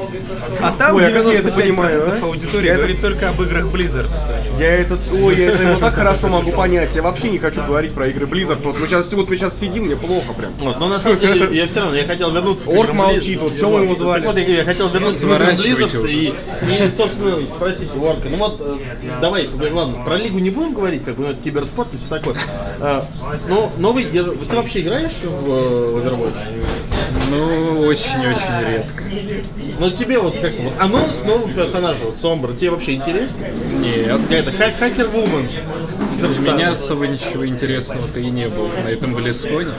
Speaker 1: А там
Speaker 2: Ой, а как я это
Speaker 1: 95%
Speaker 2: понимаю, а?
Speaker 1: аудитории говорит только об играх Blizzard.
Speaker 2: Я этот, ой, я это его так хорошо могу понять. Я вообще не хочу говорить про игры Blizzard. Вот мы сейчас, вот мы сейчас сидим, мне плохо прям.
Speaker 4: Вот, но на самом деле я все равно я хотел вернуться. к
Speaker 2: Орк
Speaker 4: играм
Speaker 2: молчит,
Speaker 4: Blizzard.
Speaker 2: вот чё вы его звали?
Speaker 4: Так вот, я, я хотел вернуться к играм
Speaker 3: Сворачивайте
Speaker 4: Blizzard и, и, собственно, спросить у Орка. Ну вот, э, давай, поговорим, ладно, про Лигу не будем говорить, как бы ну, это киберспорт и все такое. Э, но новый, гер- ты вообще играешь в э, Overwatch?
Speaker 3: Ну, очень-очень редко.
Speaker 4: Ну тебе вот как вот анонс нового персонажа, вот Сомбра, тебе вообще интересно?
Speaker 3: Нет,
Speaker 4: Какая-то хак- хакер-вумен.
Speaker 3: у меня особо ничего интересного-то и не было на этом Близконе.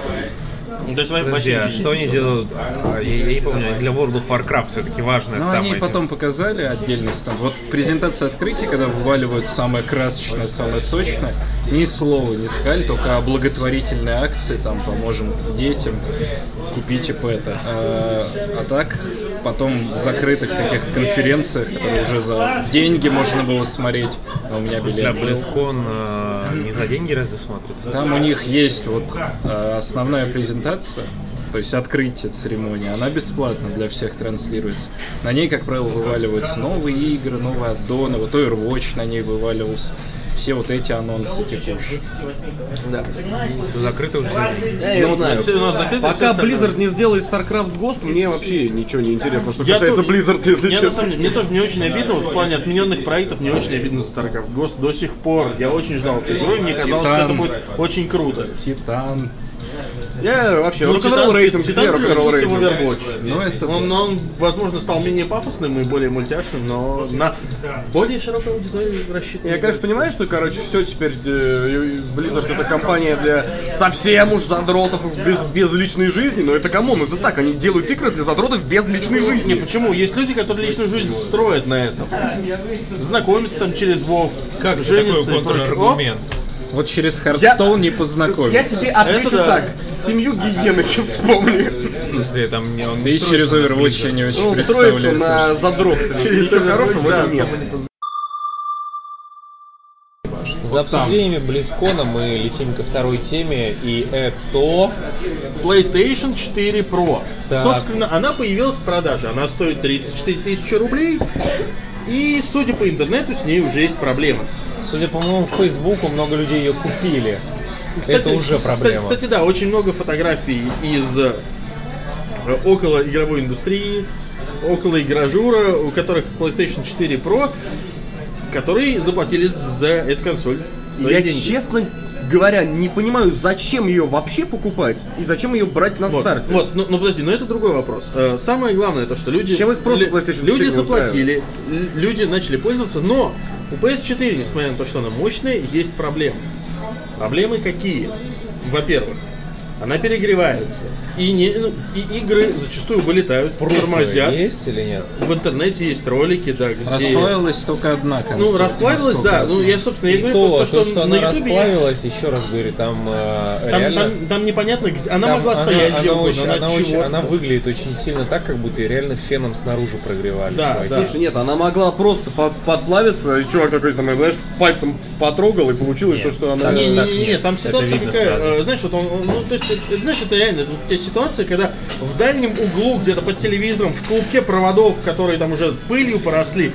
Speaker 4: Ну, То есть,
Speaker 1: Подожди,
Speaker 4: вообще
Speaker 1: а
Speaker 4: ничего
Speaker 1: что они делают? А, Я, я не помню, они для World of Warcraft все-таки важное
Speaker 3: Ну,
Speaker 1: самое. типа.
Speaker 3: они потом показали отдельность. Там, вот презентация открытия, когда вываливают самое красочное, самое сочное, ни слова не сказали, только о благотворительной акции, там, поможем детям, купите пэта. А, а так, потом в закрытых каких-то конференциях, которые уже за деньги можно было смотреть, а у меня
Speaker 1: Для
Speaker 3: билет был.
Speaker 1: BlizzCon э, не за деньги разве смотрится?
Speaker 3: Там у них есть вот э, основная презентация, то есть открытие церемонии, она бесплатно для всех транслируется. На ней, как правило, вываливаются новые игры, новые аддоны, вот Overwatch на ней вываливался. Все вот эти анонсы типа, текущие.
Speaker 1: Все закрыто уже за деньги.
Speaker 2: Я не знаю.
Speaker 4: Всё у нас закрыто, всё
Speaker 2: Пока
Speaker 4: остальное.
Speaker 2: Blizzard не сделает StarCraft Ghost, мне вообще ничего не интересно, что
Speaker 4: Я
Speaker 2: касается
Speaker 4: тоже-
Speaker 2: Blizzard, если
Speaker 4: Мне, на
Speaker 2: честно.
Speaker 4: самом деле, мне тоже не очень обидно, вот в плане отмененных проектов не очень обидно за StarCraft Ghost до сих пор. Я очень ждал эту игру, и мне казалось, что это
Speaker 3: Титан.
Speaker 4: будет очень круто.
Speaker 3: Титан.
Speaker 2: Я вообще,
Speaker 4: Ну,
Speaker 2: Rock'n'Roll
Speaker 4: Титан-
Speaker 2: Racing,
Speaker 4: Титан
Speaker 2: где Rock'n'Roll
Speaker 4: превратился в
Speaker 2: Racing?
Speaker 4: Overwatch.
Speaker 3: Ну, это...
Speaker 4: Он, он, возможно, стал менее пафосным и более мультяшным, но на более широкую аудиторию рассчитан.
Speaker 2: Я, конечно, понимаю, что, короче, все теперь э, Blizzard это компания для совсем уж задротов и без, без личной жизни, но это камон, это так, они делают игры для задротов без личной
Speaker 4: Не,
Speaker 2: жизни.
Speaker 4: почему? Есть люди, которые личную жизнь строят на этом. Знакомятся там через Вов, как
Speaker 1: Такой
Speaker 4: женятся и прочее. Оп,
Speaker 1: контраргумент.
Speaker 3: Вот через Хардстоун не
Speaker 2: Я
Speaker 3: познакомиться.
Speaker 2: тебе отвечу
Speaker 4: Это да.
Speaker 2: так, семью Гиеныча вспомни.
Speaker 1: В смысле, там не он
Speaker 3: Да
Speaker 1: не
Speaker 3: и через
Speaker 1: строится на
Speaker 3: Overwatch я не очень
Speaker 2: Он строится
Speaker 3: представляю.
Speaker 2: Ну, на задротстве, ничего хорошего в этом нет.
Speaker 1: За обсуждениями Близкона мы летим ко второй теме, и это...
Speaker 4: PlayStation 4 Pro.
Speaker 1: Так.
Speaker 4: Собственно, она появилась в продаже. Она стоит 34 тысячи рублей. И, судя по интернету, с ней уже есть проблемы.
Speaker 1: Судя по моему Фейсбуку, много людей ее купили. это уже
Speaker 4: Кстати,
Speaker 1: проблема.
Speaker 4: кстати, да, очень много фотографий из э, около игровой индустрии, около игражура, у которых PlayStation 4 Pro, которые заплатили за эту консоль. свои
Speaker 2: Я,
Speaker 4: деньги.
Speaker 2: честно говоря, не понимаю, зачем ее вообще покупать и зачем ее брать на
Speaker 4: Вот,
Speaker 2: старте.
Speaker 4: Вот, ну, ну, подожди, но это другой вопрос. Э, Самое главное то, что люди...
Speaker 2: Чем их просто PlayStation 4
Speaker 4: Люди
Speaker 2: не
Speaker 4: заплатили, л- люди начали пользоваться, но у PS4, несмотря на то, что она мощная, есть проблемы. Проблемы какие? Во-первых, она перегревается. И, не, ну, и игры зачастую вылетают, тормозят.
Speaker 1: Есть или нет?
Speaker 4: В интернете есть ролики, да, где...
Speaker 3: Расплавилась только одна
Speaker 4: Ну,
Speaker 3: консоль,
Speaker 4: расплавилась,
Speaker 3: насколько
Speaker 4: да.
Speaker 3: я
Speaker 4: Ну,
Speaker 3: знаю.
Speaker 4: я, собственно, я
Speaker 1: И
Speaker 4: говорю,
Speaker 1: то,
Speaker 4: про
Speaker 1: то, что
Speaker 4: на
Speaker 1: она
Speaker 4: Ютубе есть-
Speaker 1: расплавилась, еще раз говорю, там э,
Speaker 4: Там,
Speaker 1: реально...
Speaker 4: там- там непонятно, где- она
Speaker 1: там
Speaker 4: могла
Speaker 1: она-
Speaker 4: стоять где
Speaker 1: она
Speaker 4: угодно,
Speaker 1: очень-
Speaker 4: она
Speaker 1: она
Speaker 4: чего-то.
Speaker 1: очень- она выглядит очень сильно так, как будто ее реально феном снаружи прогревали.
Speaker 4: Да,
Speaker 1: чуваки.
Speaker 4: да.
Speaker 2: Слушай, нет, она могла просто по- подплавиться, и чувак такой, там, знаешь, пальцем потрогал, и получилось то, что она...
Speaker 4: Не, не,
Speaker 1: Так,
Speaker 4: не, не,
Speaker 1: нет,
Speaker 4: там
Speaker 1: это
Speaker 4: ситуация
Speaker 1: видно
Speaker 4: такая,
Speaker 1: сразу.
Speaker 4: э, знаешь, вот он, он, ну, то есть, это, знаешь, это реально, это у тебя ситуация, когда в дальнем углу, где-то под телевизором, в клубке проводов, которые там уже пылью поросли,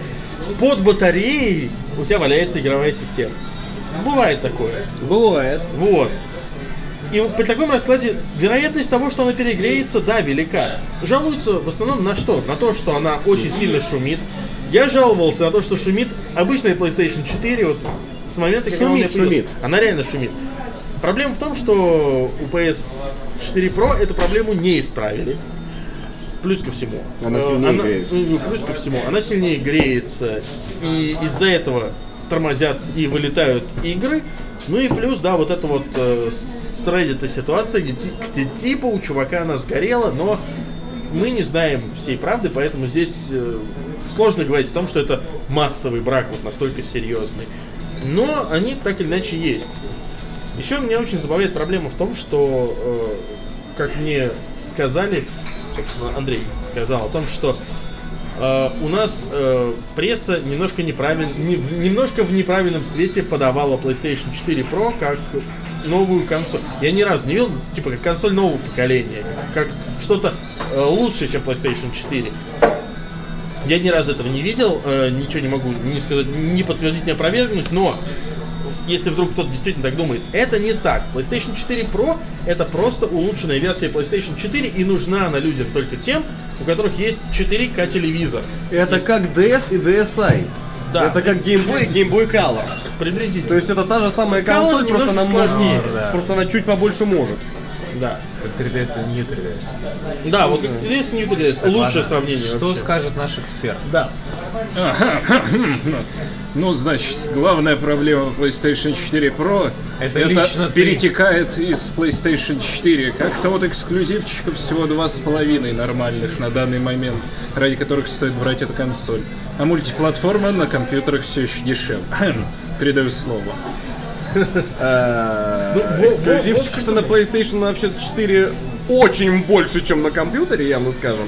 Speaker 4: под батареей у тебя валяется игровая система. Бывает такое.
Speaker 2: Бывает.
Speaker 4: Вот. И вот при таком раскладе вероятность того, что она перегреется, да, велика. Жалуются в основном на что? На то, что она очень сильно шумит. Я жаловался на то, что шумит обычная PlayStation 4 вот с момента, когда она у меня
Speaker 2: Шумит,
Speaker 4: появилась.
Speaker 2: шумит.
Speaker 4: Она реально шумит. Проблема в том, что у PS4 Pro эту проблему не исправили. Плюс ко всему.
Speaker 2: Она
Speaker 4: э,
Speaker 2: сильнее греется.
Speaker 4: ну, Плюс ко всему, она сильнее греется. И из-за этого тормозят и вылетают игры. Ну и плюс, да, вот это вот э, с Reddit ситуация, где, ти- где типа у чувака она сгорела, но мы не знаем всей правды, поэтому здесь э, сложно говорить о том, что это массовый брак, вот настолько серьезный. Но они так или иначе есть. Еще меня очень забавляет проблема в том, что, э, как мне сказали, собственно, Андрей сказал о том, что э, у нас э, пресса немножко, неправиль... не- в- немножко в неправильном свете подавала PlayStation 4 Pro как новую консоль. Я ни разу не видел, типа, как консоль нового поколения, как что-то э, лучшее, чем PlayStation 4. Я ни разу этого не видел, э, ничего не могу не сказать, не подтвердить, не опровергнуть, но если вдруг кто-то действительно так думает, это не так. PlayStation 4 Pro это просто улучшенная версия PlayStation 4 и нужна она людям только тем, у которых есть 4К телевизор.
Speaker 2: Это как DS и DSi.
Speaker 4: Да.
Speaker 2: Это как Game Boy и Game Boy Color.
Speaker 4: Приблизительно.
Speaker 2: То есть это та же самая
Speaker 4: Color
Speaker 2: консоль, просто
Speaker 4: немножко
Speaker 2: она
Speaker 4: сложнее,
Speaker 2: сложнее. Просто она чуть побольше может.
Speaker 4: Да.
Speaker 1: Как 3DS и не 3DS.
Speaker 4: Да, вот как 3DS и не 3DS. Лучшее сравнение
Speaker 6: Что
Speaker 4: вообще.
Speaker 6: скажет наш эксперт?
Speaker 4: Да.
Speaker 3: Ну, значит, главная проблема PlayStation 4 Pro
Speaker 1: Это лично ты.
Speaker 3: перетекает из PlayStation 4. Как-то вот эксклюзивчиков всего два с половиной нормальных на данный момент, ради которых стоит брать эту консоль. А мультиплатформа на компьютерах все еще дешевле. Хм, Передаю слово.
Speaker 2: Эксклюзивчиков-то на PlayStation вообще 4 очень больше, чем на компьютере, явно скажем.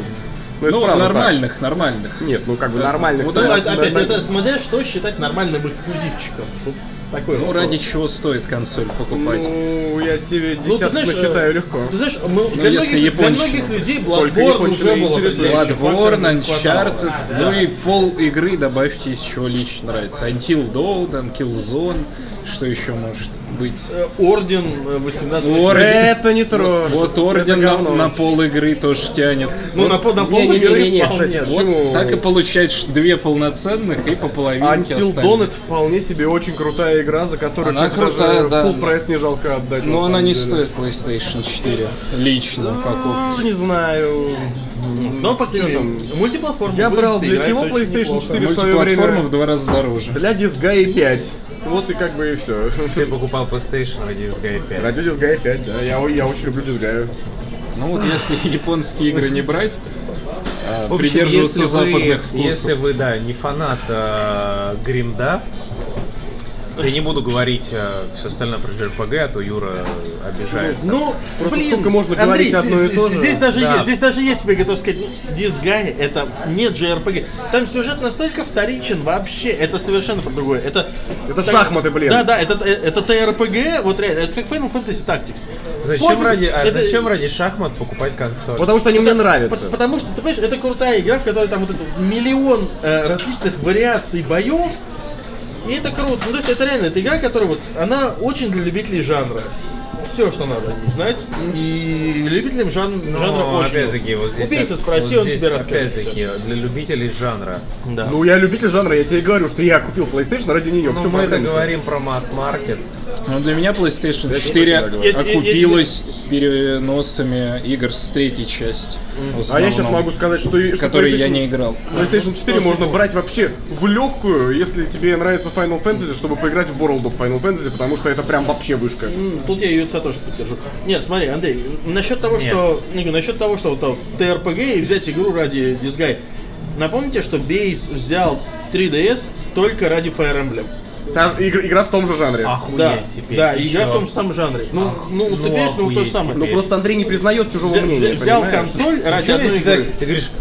Speaker 2: это
Speaker 3: Ну,
Speaker 2: правда так.
Speaker 3: нормальных, нормальных.
Speaker 2: Нет, ну как бы нормальных.
Speaker 3: Вот
Speaker 2: да,
Speaker 4: Ну,
Speaker 3: Да,
Speaker 4: опять,
Speaker 2: да, да.
Speaker 4: это смотря что считать нормальным эксклюзивчиком. Тут такой
Speaker 3: Ну,
Speaker 4: вопрос.
Speaker 3: ради чего стоит консоль покупать?
Speaker 2: Ну, я тебе
Speaker 4: Ну, ты
Speaker 2: десятку
Speaker 4: знаешь,
Speaker 2: насчитаю
Speaker 4: э,
Speaker 2: легко.
Speaker 4: Ты знаешь, мы- для,
Speaker 3: Ну, если
Speaker 4: многих, для
Speaker 3: японщина.
Speaker 4: многих людей
Speaker 2: Только
Speaker 4: Bloodborne
Speaker 2: японщина
Speaker 4: уже был
Speaker 2: интересует.
Speaker 4: определяющим
Speaker 3: Bloodborne,
Speaker 4: фактором, хватало.
Speaker 3: Uncharted, ну и пол игры добавьте, из чего лично нравится. Until Dawn, там, Killzone, что еще может быть?
Speaker 4: Э, Орден э, 18.
Speaker 3: Ну, Орден.
Speaker 2: Это не трожь.
Speaker 3: Вот
Speaker 2: это
Speaker 3: Орден на,
Speaker 2: говно.
Speaker 3: на пол игры тоже тянет.
Speaker 4: Ну, на, пол- на пол
Speaker 2: не-не-не-не,
Speaker 4: игры
Speaker 2: кстати,
Speaker 4: вполне.
Speaker 2: вот
Speaker 3: Вот
Speaker 2: Почему?
Speaker 3: так и получаешь две полноценных и по половинке
Speaker 2: Until
Speaker 3: остальных.
Speaker 2: Dawn это вполне себе очень крутая игра, за которую
Speaker 3: Она
Speaker 2: кстати,
Speaker 3: крутая,
Speaker 2: даже
Speaker 3: да.
Speaker 2: full прайс не жалко отдать. на
Speaker 3: Но она
Speaker 2: самом
Speaker 3: не
Speaker 2: деле.
Speaker 3: стоит PlayStation 4 лично в
Speaker 2: Ну,
Speaker 3: покупке.
Speaker 2: Не знаю.
Speaker 4: Но по крайней мере, мультиплатформа.
Speaker 2: Я
Speaker 4: будет
Speaker 2: брал для
Speaker 4: играться
Speaker 2: чего
Speaker 4: очень
Speaker 2: PlayStation
Speaker 4: неплохо.
Speaker 2: 4 Ну, в свое
Speaker 3: Мультиплатформа
Speaker 2: время?
Speaker 3: в два раза дороже.
Speaker 2: Для Disgaea 5. Вот и как бы и все.
Speaker 1: Ты покупал PlayStation а ради SGI 5.
Speaker 2: Ради Disgaea 5, да. Я, я очень люблю Disgaea.
Speaker 3: Ну вот если японские игры не брать, а,
Speaker 1: В общем,
Speaker 3: придерживаться
Speaker 1: если вы-
Speaker 3: западных вкусов.
Speaker 1: Если вы, да, не фанат э, гринда, я не буду говорить все остальное про JRPG, а то Юра обижается.
Speaker 4: Ну,
Speaker 2: Просто
Speaker 4: блин,
Speaker 2: сколько можно
Speaker 4: Андрей,
Speaker 2: говорить одно и
Speaker 4: здесь-
Speaker 2: то же?
Speaker 4: Здесь даже,
Speaker 1: Да.
Speaker 4: я, здесь даже я тебе готов сказать, Disgaea это не JRPG. Там сюжет настолько вторичен вообще, это совершенно про другое. Это,
Speaker 2: Это шахматы, блин.
Speaker 4: Да, да, это, э, это TRPG, вот реально, это как Final Fantasy Tactics.
Speaker 1: зачем,
Speaker 4: ну, Пофиг,
Speaker 1: ради, а
Speaker 4: это-
Speaker 1: зачем ради шахмат покупать консоль?
Speaker 2: Потому что они мне нравятся.
Speaker 4: Пот- Потому что, ты понимаешь, это крутая игра, в которой там вот этот миллион э, различных вариаций боев. И это круто. Ну, то есть это реально, это игра, которая вот, она очень для любителей жанра. Все, что надо о ней знать. И любителям жан- жанра
Speaker 1: Но,
Speaker 4: очень.
Speaker 1: Ну, опять-таки, вот здесь...
Speaker 4: Убейся, спроси,
Speaker 1: вот
Speaker 4: он
Speaker 1: здесь,
Speaker 4: тебе расскажет.
Speaker 1: Опять-таки, для любителей жанра.
Speaker 4: всё. Да.
Speaker 2: Ну, я любитель жанра, я тебе говорю, что я купил PlayStation ради нее. в
Speaker 1: Ну,
Speaker 2: чем
Speaker 1: мы это
Speaker 2: проблема-то?
Speaker 1: говорим про масс-маркет.
Speaker 3: Ну, для меня PlayStation 4
Speaker 2: всегда говорю.
Speaker 4: Я те- я- я
Speaker 3: окупилась переносами игр с третьей части. в
Speaker 2: А я сейчас
Speaker 3: основном,
Speaker 2: могу сказать, что, и- что
Speaker 3: которые я
Speaker 2: PlayStation
Speaker 3: не играл.
Speaker 2: PlayStation 4 можно брать вообще в легкую, если тебе нравится Final Fantasy, чтобы поиграть в World of Final Fantasy, потому что это прям вообще вышка.
Speaker 4: М, Ну, Тут я ее тоже поддержу. Нет, смотри, Андрей, насчет того,
Speaker 1: Нет.
Speaker 4: что. Насчет того, что вот ТРПГ и взять игру ради Disgaea. Напомните, что Бейс взял 3DS только ради Fire Emblem.
Speaker 2: Та- игр- игра в том же жанре.
Speaker 1: Охуеть
Speaker 4: Да,
Speaker 1: теперь.
Speaker 4: да,
Speaker 1: и
Speaker 4: игра
Speaker 1: чё?
Speaker 4: в том же самом жанре. Ну, ну, ты
Speaker 1: ну,
Speaker 4: понимаешь, ну то же
Speaker 1: охуеть
Speaker 4: самое.
Speaker 2: Ну просто Андрей не признает чужого
Speaker 4: Взя-
Speaker 2: мнения.
Speaker 4: взя- взял
Speaker 2: понимаешь?
Speaker 4: консоль ради
Speaker 1: Чё,
Speaker 4: одной
Speaker 1: если
Speaker 4: игры.
Speaker 1: ты, ты говоришь,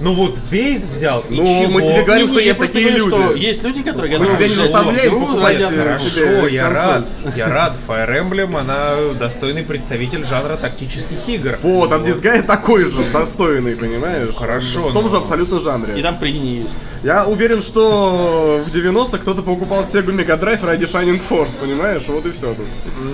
Speaker 1: ну вот Бейс взял, и
Speaker 2: Ну,
Speaker 1: чего? Ну,
Speaker 2: мы тебе говорим,
Speaker 4: Не,
Speaker 2: что есть
Speaker 4: не, я просто
Speaker 2: такие
Speaker 4: говорю,
Speaker 2: люди.
Speaker 4: Что есть люди, которые
Speaker 2: Мы
Speaker 4: готовы
Speaker 2: тебя не
Speaker 4: взять
Speaker 2: заставляем
Speaker 4: игру
Speaker 2: покупать,
Speaker 4: ради
Speaker 2: э,
Speaker 4: одной игры.
Speaker 1: Хорошо,
Speaker 2: себе
Speaker 1: я
Speaker 2: консоль.
Speaker 1: рад. Я рад. Fire Emblem, она достойный представитель жанра тактических игр.
Speaker 2: Вот, а Disgaea такой же достойный, понимаешь?
Speaker 1: Хорошо,
Speaker 2: В том
Speaker 1: но-
Speaker 2: же абсолютно жанре.
Speaker 4: ну. И там прини есть.
Speaker 2: Я уверен, что в 90-х кто-то покупал Sega Mega Drive ради Shining Force, понимаешь? Вот и все тут.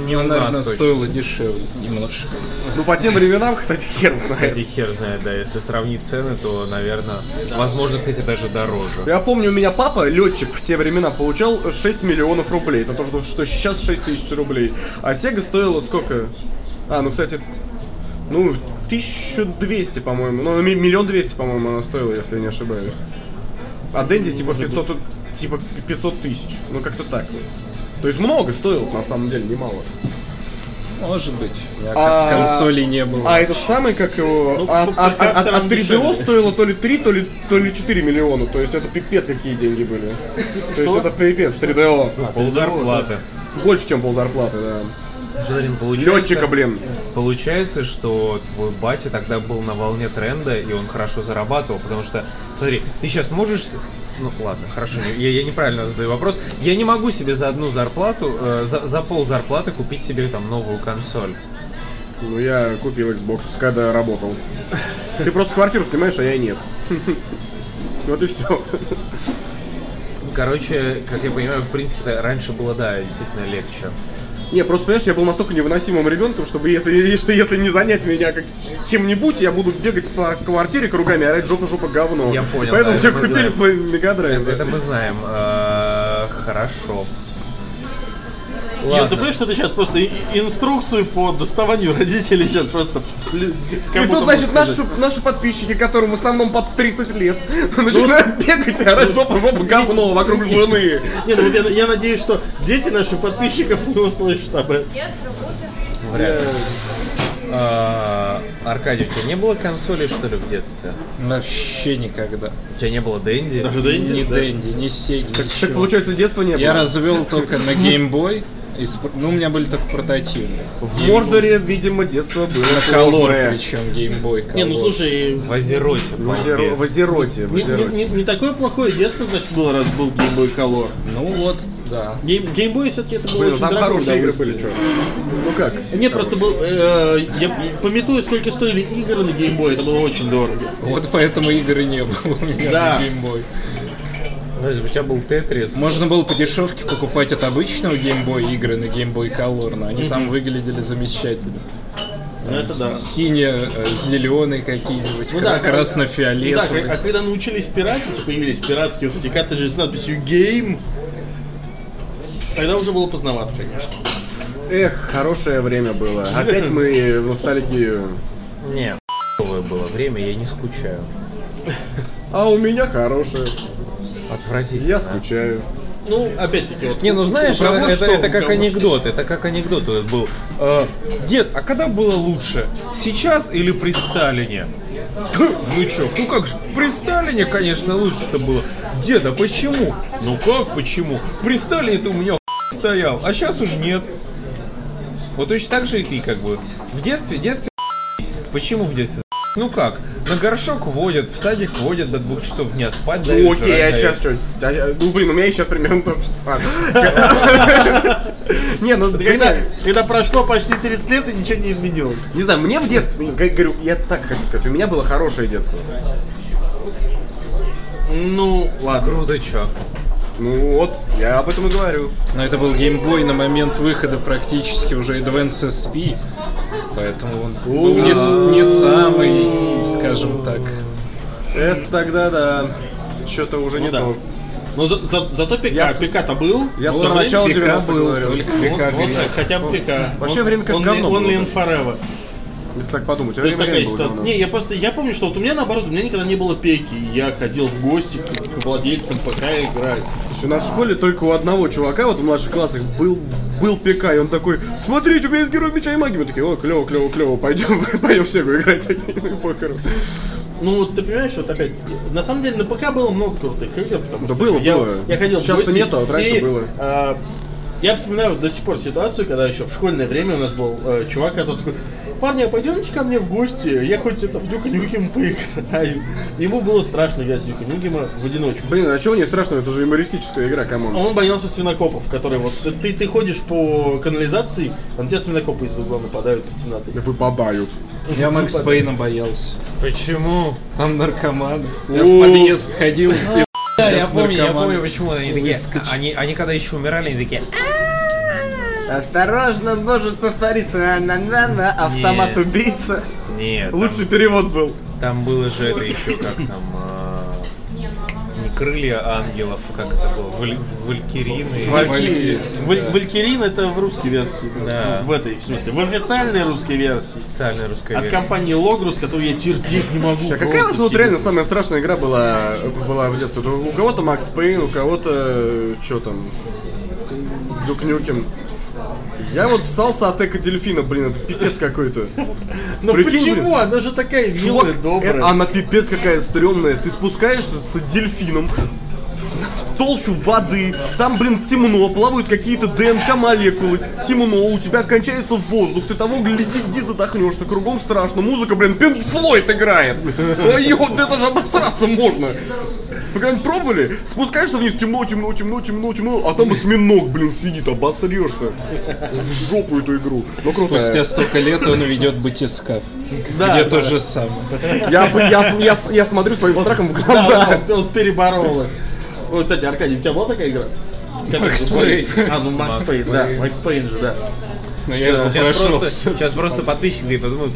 Speaker 1: не у
Speaker 3: Она, наверное,
Speaker 1: нас А, точно.
Speaker 3: стоила дешевле немножко.
Speaker 2: Ну, по тем временам, кстати, хер знает.
Speaker 1: Кстати, хер знает, да, если сравнить цены, то, наверное, возможно, кстати, даже дороже.
Speaker 2: Я помню, у меня папа, летчик, в те времена получал 6 миллионов рублей. Это то, что, что сейчас 6 тысяч рублей. А Sega стоила сколько? А, ну, кстати, ну, 1200, по-моему. Ну, ми- миллион двести, по-моему, она стоила, если я не ошибаюсь. А Дэнди типа 500, типа 500 тысяч. Ну, как-то так. вот. То есть много стоило, на самом деле, немало.
Speaker 3: Может быть. У меня
Speaker 2: А-
Speaker 3: кон- консолей не было.
Speaker 2: А этот самый, как его, а,
Speaker 4: Ну,
Speaker 2: от,
Speaker 4: по-
Speaker 2: от-
Speaker 4: пока
Speaker 2: от-
Speaker 4: все
Speaker 2: от
Speaker 4: равно
Speaker 2: 3DO
Speaker 4: дешевле.
Speaker 2: стоило то ли 3, то ли, то ли 4 миллиона. То есть это пипец какие деньги были. То есть это пипец,
Speaker 4: А,
Speaker 2: 3DO.
Speaker 1: Ползарплаты.
Speaker 2: Больше, чем ползарплаты, да.
Speaker 1: Блин, получается,
Speaker 2: Летчика, блин.
Speaker 1: Получается, что твой батя тогда был на волне тренда, и он хорошо зарабатывал, потому что, смотри, ты сейчас можешь... с- Ну ладно, хорошо, не- я, я неправильно задаю вопрос. Я не могу себе за одну зарплату, э, за, за пол зарплаты купить себе там новую консоль.
Speaker 2: Ну я купил Xbox, когда работал. Ты просто квартиру снимаешь, а я нет. Вот и все.
Speaker 1: Короче, как я понимаю, в принципе, раньше было, да, действительно легче.
Speaker 2: Не, просто понимаешь, я был настолько невыносимым ребенком, чтобы если, что если не занять меня как чем-нибудь, я буду бегать по квартире кругами, орать жопа-жопа говно.
Speaker 1: Я понял, да,
Speaker 2: Поэтому мне
Speaker 1: это мы
Speaker 2: купили
Speaker 1: знаем.
Speaker 2: Мегадрайв.
Speaker 1: Это мы знаем. Э, Хорошо.
Speaker 4: Я, ты понимаешь, что ты сейчас просто и- и- инструкцию по доставанию родителей сейчас просто... лю-
Speaker 2: И
Speaker 4: кому-то
Speaker 2: тут, значит,
Speaker 4: можешь
Speaker 2: наши, наши подписчики, которым в основном под 30 лет, начинают бегать и орать Ну, жопа, жопа, говно вокруг жены.
Speaker 4: сказать. Не, ну вот я, я надеюсь, что дети наших подписчиков не услышат об этом.
Speaker 1: Вряд ли. А, Аркадий, у тебя не было консолей, что ли, в детстве?
Speaker 3: Вообще никогда.
Speaker 1: У тебя не было Дэнди?
Speaker 4: Даже да,
Speaker 3: Ни
Speaker 4: не, да.
Speaker 3: Дэнди, ни Сеги,
Speaker 2: Так
Speaker 3: ничего.
Speaker 2: получается, детства не
Speaker 3: Я
Speaker 2: было.
Speaker 3: развел только на геймбой. и спр- Ну, у меня были только портативные.
Speaker 2: В Мордоре, видимо, детство было
Speaker 3: На колор,
Speaker 2: сложное.
Speaker 3: причем геймбой.
Speaker 4: Не, ну
Speaker 3: Color.
Speaker 4: слушай,
Speaker 1: В Азероте,
Speaker 2: В Азеро- в Азероте, в
Speaker 4: не, не- не-
Speaker 2: Азероте.
Speaker 4: не такое плохое детство, значит, было, раз был геймбой колор.
Speaker 3: Ну вот, да.
Speaker 4: Гейм, геймбой все-таки это было
Speaker 2: Блин,
Speaker 4: очень
Speaker 2: там
Speaker 4: дорогое
Speaker 2: хорошие игры
Speaker 4: удовольствие.
Speaker 2: были, что? Ну как?
Speaker 4: Нет, просто был. э, я пометую, сколько стоили игры на геймбой, это было очень дорого.
Speaker 3: Вот поэтому игры не было у меня
Speaker 4: Да.
Speaker 3: на геймбой.
Speaker 1: Подожди, у тебя был Тетрис.
Speaker 3: Можно было по дешевке покупать от обычного геймбоя игры на геймбой Color, но они там выглядели замечательно.
Speaker 4: Ну это да.
Speaker 3: Синие, э, зеленые какие-нибудь,
Speaker 4: Ну да,
Speaker 3: кра-
Speaker 4: Да,
Speaker 3: красно-фиолетовые.
Speaker 4: а когда научились пиратить, появились пиратские вот эти картриджи с надписью Game. Тогда уже было поздновато, конечно.
Speaker 2: Эх, хорошее время было. Опять мы в ностальгию.
Speaker 1: Не, хуевое было время, я не скучаю.
Speaker 2: А у меня хорошее.
Speaker 1: Отвратительно.
Speaker 2: Я скучаю.
Speaker 4: Ну, опять-таки, вот.
Speaker 1: Не, ну знаешь,
Speaker 4: кого
Speaker 1: это,
Speaker 4: что,
Speaker 1: это
Speaker 4: у
Speaker 1: как
Speaker 4: кого
Speaker 1: анекдот, это как анекдот этот был. Э, Дед, а когда было лучше? Сейчас или при Сталине? «Ха, Внучок, ну как же, при Сталине, конечно, лучше-то было. Деда, почему? Ну как почему? При Сталине-то у меня хуй стоял, а сейчас уж нет. Вот точно так же и ты, как бы. В детстве, детстве за***ись. Почему в детстве за***ись? Ну как, на горшок водят, в садик водят до двух часов дня спать. дают,
Speaker 2: Ну, окей, а
Speaker 1: жрать
Speaker 2: сейчас что? Ну блин, у меня сейчас примерно то же. А. Не, ну
Speaker 4: что? Когда,
Speaker 2: когда-
Speaker 4: когда прошло почти 30 лет и ничего не изменилось.
Speaker 2: Не знаю, мне в детстве, я говорю, я так хочу сказать, у меня было хорошее детство.
Speaker 4: Ну,
Speaker 1: дают.
Speaker 4: ладно.
Speaker 1: Круто, чё?
Speaker 2: Ну вот, я об этом и говорю.
Speaker 3: Но это был геймбой на момент выхода практически уже Advance SP, поэтому он был не, с- не самый, скажем так.
Speaker 2: Это тогда да. Что-то уже не
Speaker 4: ну да.
Speaker 2: то.
Speaker 4: Но за- за- зато ПК,
Speaker 2: Я-
Speaker 4: ПК-то был.
Speaker 2: Я
Speaker 4: Ну,
Speaker 2: в самом
Speaker 4: вот,
Speaker 2: начале
Speaker 3: PK
Speaker 2: 90-х
Speaker 3: был,
Speaker 2: говорил.
Speaker 3: только
Speaker 4: вот-
Speaker 3: PK
Speaker 4: вот
Speaker 3: горел.
Speaker 4: так, хотя бы ПК.
Speaker 2: Вообще время, конечно,
Speaker 4: only-
Speaker 2: говно было.
Speaker 4: only and forever.
Speaker 2: Если так подумать,
Speaker 4: Это
Speaker 2: время
Speaker 4: такая
Speaker 2: реально было
Speaker 4: ситуация.
Speaker 2: говно.
Speaker 4: Не, я просто, я помню, что вот у меня наоборот, у меня никогда не было пеки. и Я ходил в гости к, к владельцам ПК играть.
Speaker 2: Слушай, у нас в школе только у одного чувака, вот в младших классах, был, был ПК, и он такой, смотрите, у меня есть герой меча и магии. Мы такие, о, клево, клево, клево, пойдем, пойдем в Сегу играть. Такие, ну, похер.
Speaker 4: Ну, вот ты понимаешь, вот опять, на самом деле на ПК было много крутых игр, потому
Speaker 2: Да
Speaker 4: что типа,
Speaker 2: было,
Speaker 4: я,
Speaker 2: было.
Speaker 4: я ходил в
Speaker 2: Сейчас-то
Speaker 4: гости,
Speaker 2: нету, а вот раньше
Speaker 4: и,
Speaker 2: было.
Speaker 4: а, я вспоминаю вот до сих пор ситуацию, когда еще в школьное время у нас был э, чувак, который такой, парни, а пойдемте ко мне в гости, я хоть это в Дюка Нюкем поиграю. Ему было страшно играть в Дюка Нюкема в одиночку.
Speaker 2: Блин, а чего не страшно, это же юмористическая игра, камон.
Speaker 4: А Он боялся свинокопов, которые вот... ты- Ты, ты ходишь по канализации, а на тебя свинокопы из угла нападают из темноты.
Speaker 2: Вы бабаю.
Speaker 3: Я Макс Пейна боялся.
Speaker 1: Почему?
Speaker 3: Там наркоман. Я в подъезд ходил. и
Speaker 1: Да, я
Speaker 3: Сейчас
Speaker 1: помню, я
Speaker 3: наркоманы
Speaker 1: помню, почему они такие.
Speaker 3: выскочат.
Speaker 1: Они, они когда еще умирали, они такие. «А,
Speaker 2: Осторожно, может повториться. На-на-на,
Speaker 1: автомат
Speaker 2: убийца.
Speaker 1: Нет.
Speaker 2: Лучший перевод был.
Speaker 1: Там, там было же это еще как там. а, Не крылья ангелов, а как это было? Валь- валькирины.
Speaker 3: Валькирии.
Speaker 4: Валь- Валькирин это в русской версии.
Speaker 1: Да.
Speaker 4: Ну, В этой, в смысле, в официальной русской версии.
Speaker 1: Официальная русская
Speaker 4: От
Speaker 1: версия.
Speaker 4: компании Logros, которую я терпеть не могу.
Speaker 2: А какая у вас вот реально самая страшная игра была, была в детстве? Ну, У кого-то Макс Пейн, у кого-то что там, Дюк Нюкем. Я вот ссался от эко-дельфина, блин, это пипец какой-то.
Speaker 4: Ну
Speaker 2: Прикинь,
Speaker 4: почему?
Speaker 2: блин.
Speaker 4: Она же такая милая,
Speaker 2: Чувак, э,
Speaker 4: добрая.
Speaker 2: она пипец какая стрёмная. Ты спускаешься с дельфином в толщу воды, там, блин, темно, плавают какие-то ДНК-молекулы, темно, у тебя кончается воздух, ты того гляди, иди задохнешься, кругом страшно, музыка, блин, Пинк Флойд играет, Ой, вот это же обосраться можно. Вы когда-нибудь пробовали? Спускаешься вниз, темно, темно, темно, темно, темно, а там осьминог, блин, сидит, обосрешься. В жопу эту игру. Ну, крутая.
Speaker 3: Спустя столько лет он ведет батискаф.
Speaker 4: Да,
Speaker 3: Где
Speaker 4: да.
Speaker 3: то же самое.
Speaker 2: Я, бы- А, я, с- я, с- я смотрю своим страхом в
Speaker 4: Да,
Speaker 2: глаза.
Speaker 4: да, он- он переборол их. Вот, кстати, Аркадий, у тебя была такая игра? Как
Speaker 3: Макс
Speaker 4: это называется?
Speaker 3: Пейн.
Speaker 4: А, ну Макс Пейн, да. Макс Пейн же, да.
Speaker 3: Но я его
Speaker 1: Сейчас
Speaker 3: прошел.
Speaker 1: просто, сейчас просто подписчики подумают,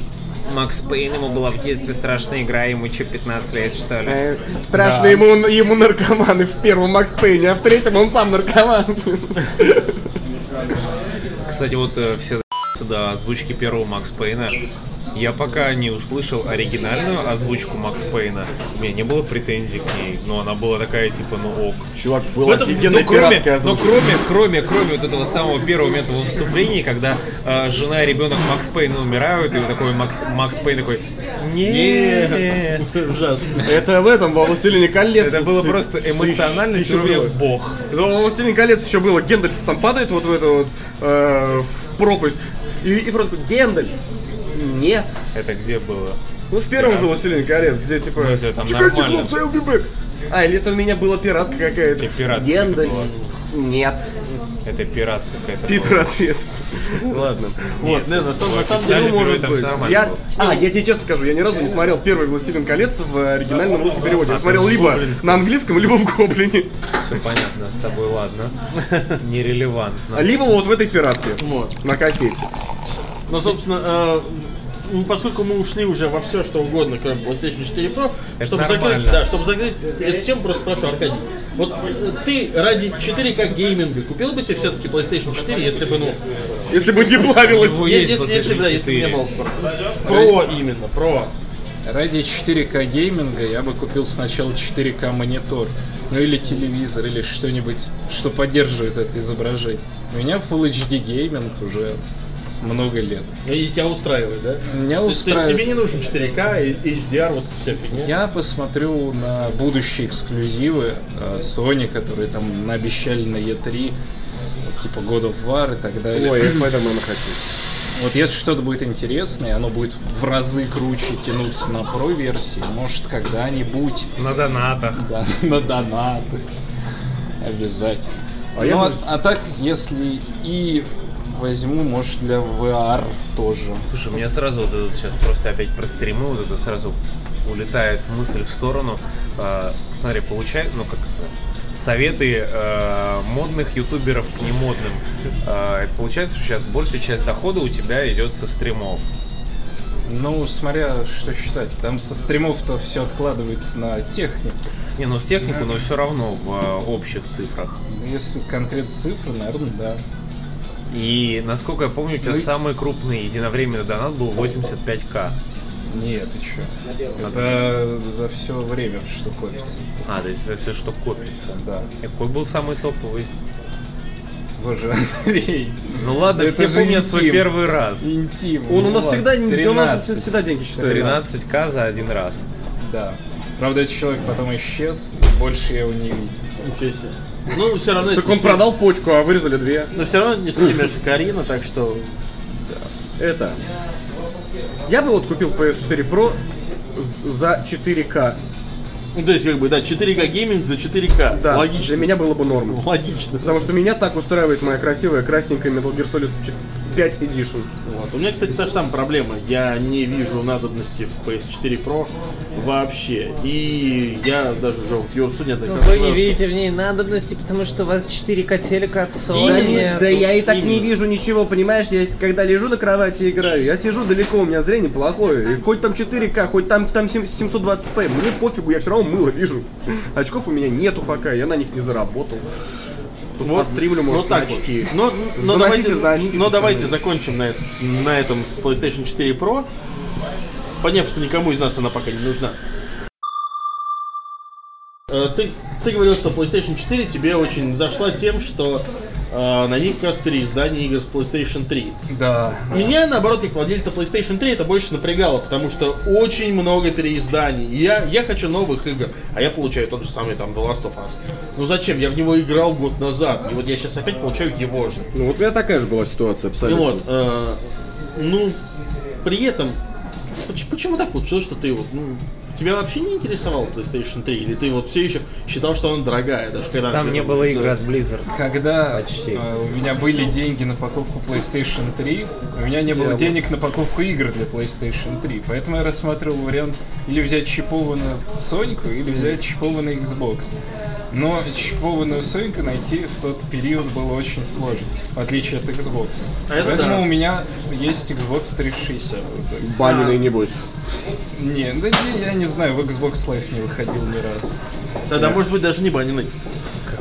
Speaker 6: Макс Пейн, ему была в детстве страшная игра, ему что, 15 лет, что ли?
Speaker 2: Э, Страшно ему, ему наркоманы в первом Макс Пейне, а в третьем он сам наркоман.
Speaker 1: Кстати, вот э, все до***цы до озвучки первого Макс Пейна. Я пока не услышал оригинальную озвучку Макс Пейна. У меня не было претензий к ней, но она была такая, типа, ну ок.
Speaker 2: Чувак, был офигенный
Speaker 1: ну, кроме,
Speaker 2: пиратская
Speaker 1: ну,
Speaker 2: озвучка.
Speaker 1: кроме, кроме, кроме вот этого самого первого момента во вступлении, когда э, жена и ребенок Макс Пейна умирают, и вот такой Макс, Макс Пейн такой «Нет».
Speaker 4: Ужасно.
Speaker 2: Это в этом, во «Властелине колец».
Speaker 1: Это было просто эмоционально
Speaker 2: еще
Speaker 1: уровня бог.
Speaker 2: Ну, во «Властелине колец» еще было. Гендальф там падает вот в эту вот, э, в пропасть. И, и Фродо такой, Гендальф, нет.
Speaker 1: Это где было?
Speaker 2: Ну, в первом же «Властелине колец», где типа...
Speaker 1: смысле, там
Speaker 2: Чекайте,
Speaker 1: нормально.
Speaker 2: хлопцы, I'll be back». А, или это у меня была пиратка какая-то.
Speaker 1: И Типа пиратка
Speaker 2: Гендальф,
Speaker 1: была.
Speaker 2: нет.
Speaker 1: Это пират какая-то.
Speaker 2: Питер ответ. Ладно.
Speaker 4: Вот, не, на самом на самом
Speaker 1: Официально
Speaker 4: деле может
Speaker 1: переводят
Speaker 4: быть.
Speaker 1: там
Speaker 2: Я,
Speaker 1: нормально
Speaker 2: а, я тебе честно скажу, я ни разу не смотрел первый «Властелин колец» в оригинальном
Speaker 1: А,
Speaker 2: русском переводе. Я смотрел либо на английском, либо в «Гоблине».
Speaker 1: Все понятно, с тобой ладно. Нерелевантно.
Speaker 2: Либо вот в этой пиратке.
Speaker 4: Вот.
Speaker 2: На кассете.
Speaker 4: Но, собственно, э, ну, поскольку мы ушли уже во все, что угодно, кроме PlayStation 4 Pro,
Speaker 1: Это
Speaker 4: чтобы
Speaker 1: нормально.
Speaker 4: закрыть, да, чтобы закрыть эту тему, просто спрошу, Аркадий. Вот э, ты ради 4К гейминга купил бы себе все-таки PlayStation 4, если бы, ну,
Speaker 2: Если бы не плавилось.
Speaker 1: Его
Speaker 4: е-
Speaker 1: есть
Speaker 4: если, если, бы, да, если бы не
Speaker 1: 4.
Speaker 4: было Pro именно, Pro.
Speaker 3: Ради 4К гейминга я бы купил сначала 4К монитор, ну или телевизор, или что-нибудь, что поддерживает это изображение. У меня Full HD гейминг уже много лет.
Speaker 4: И тебя устраивает, да?
Speaker 3: Меня
Speaker 4: То есть ты-
Speaker 3: устраивает.
Speaker 4: тебе не нужен 4К и HDR, вот вся фигня.
Speaker 3: Я посмотрю на будущие эксклюзивы э, Sony, которые там наобещали на E3, типа God of War и так далее.
Speaker 2: Ой, я Спайдермена хочу.
Speaker 3: Вот если что-то будет интересное, оно будет в разы круче тянуться на Pro-версии, может когда-нибудь
Speaker 1: На донатах.
Speaker 3: Да, на донаты. Обязательно.
Speaker 2: А я
Speaker 3: Ну,
Speaker 2: бы-
Speaker 3: а, а так, если и возьму, может, для VR тоже.
Speaker 1: Слушай, у меня сразу вот это сейчас просто опять про стримы, вот это сразу улетает мысль в сторону. Э, смотри, получай, ну как это, советы э, модных ютуберов к немодным. Э, это получается, что сейчас большая часть дохода у тебя идет со стримов.
Speaker 3: Ну, смотря что считать. Там со стримов-то все откладывается на технику.
Speaker 1: Не, ну с технику, но все равно в э, общих цифрах.
Speaker 3: Ну, Если конкретно цифры, наверное, да.
Speaker 1: Ну И насколько я помню, у тебя самый крупный единовременный донат был 85к.
Speaker 3: Нет, ты чё. Это за все время, что копится.
Speaker 1: А, то есть это все, что копится.
Speaker 3: Да.
Speaker 1: Какой был самый топовый?
Speaker 3: Боже, Андрей.
Speaker 1: Ну ладно,
Speaker 3: Это
Speaker 1: все
Speaker 3: же
Speaker 1: помнят свой
Speaker 3: интим.
Speaker 1: первый раз.
Speaker 3: Интим.
Speaker 2: Он у
Speaker 3: Ну
Speaker 2: нас
Speaker 3: ладно,
Speaker 2: всегда, он у нас
Speaker 3: 13,
Speaker 2: всегда деньги считает.
Speaker 1: 13к за один раз.
Speaker 3: Да. Правда, этот человек потом исчез, и больше я его не видел.
Speaker 4: Ничего себе. Ну, все равно...
Speaker 2: Так он продал почку, а вырезали две.
Speaker 4: Но все равно не стримишь Карина, так что...
Speaker 2: Это. Я бы вот купил PS4 Pro за 4К.
Speaker 4: Ну, то есть, как бы, да, 4К гейминг за 4К.
Speaker 2: Да,
Speaker 4: Логично.
Speaker 2: для меня было бы нормой.
Speaker 4: Логично.
Speaker 2: Потому что меня так устраивает моя красивая красненькая Metal Gear Solid 5 Edition.
Speaker 4: Вот. У меня, кстати, та же самая проблема. Я не вижу надобности в PS4 Pro вообще. И я даже уже вот ее сегодня так
Speaker 6: Вы не видите в ней надобности, потому что у вас 4К телека от
Speaker 2: Да,
Speaker 6: Sony.
Speaker 2: не-
Speaker 6: а
Speaker 2: да
Speaker 6: тут-
Speaker 2: я и так не вижу ничего, понимаешь? Я когда лежу на кровати и играю, я сижу далеко, у меня зрение плохое. И хоть там 4К, хоть там, там сем- 720p, мне пофигу, я все равно мыло вижу. Очков у меня нету пока, я на них не заработал. Тут постримлю, может,
Speaker 4: вот так
Speaker 2: на
Speaker 4: вот.
Speaker 2: очки.
Speaker 4: Но, но
Speaker 2: Заносите
Speaker 4: давайте,
Speaker 2: за очки,
Speaker 4: но
Speaker 2: пацаны.
Speaker 4: давайте закончим на, э- на этом с PlayStation 4 Pro. Поняв, что никому из нас она пока не нужна. Э, Ты, ты говорил, что PlayStation 4 тебе очень зашла тем, что э, на них как раз переиздание игр с PlayStation 3.
Speaker 3: Да.
Speaker 4: Меня, наоборот, как владельца PlayStation 3 это больше напрягало, потому что очень много переизданий. И Я, я хочу новых игр, а я получаю тот же самый там The Last of Us. Ну зачем? Я в него играл год назад, и вот я сейчас опять получаю его же.
Speaker 2: Ну вот у меня такая же была ситуация
Speaker 4: И
Speaker 2: абсолютно.
Speaker 4: вот, э, ну, при этом, поч- почему так получилось, что ты вот, ну, тебя вообще не интересовал PlayStation 3, или ты вот все еще считал, что она дорогая, даже когда...
Speaker 6: Там не было игр от Blizzard.
Speaker 3: Когда
Speaker 6: Почти.
Speaker 3: э, у меня были деньги на покупку PlayStation 3, у меня не было денег на покупку игр для PlayStation 3. Поэтому я рассматривал вариант или взять чипованную Соньку, или взять чипованный Xbox. Но чипованную Соника найти в тот период было очень сложно, в отличие от Xbox.
Speaker 4: А это
Speaker 3: Поэтому
Speaker 4: да.
Speaker 3: у меня есть Xbox 360. в итоге.
Speaker 2: Баниный, небось.
Speaker 3: Не, да не, я не знаю, в Xbox Live не выходил ни разу.
Speaker 4: Тогда, может быть, даже не баниный.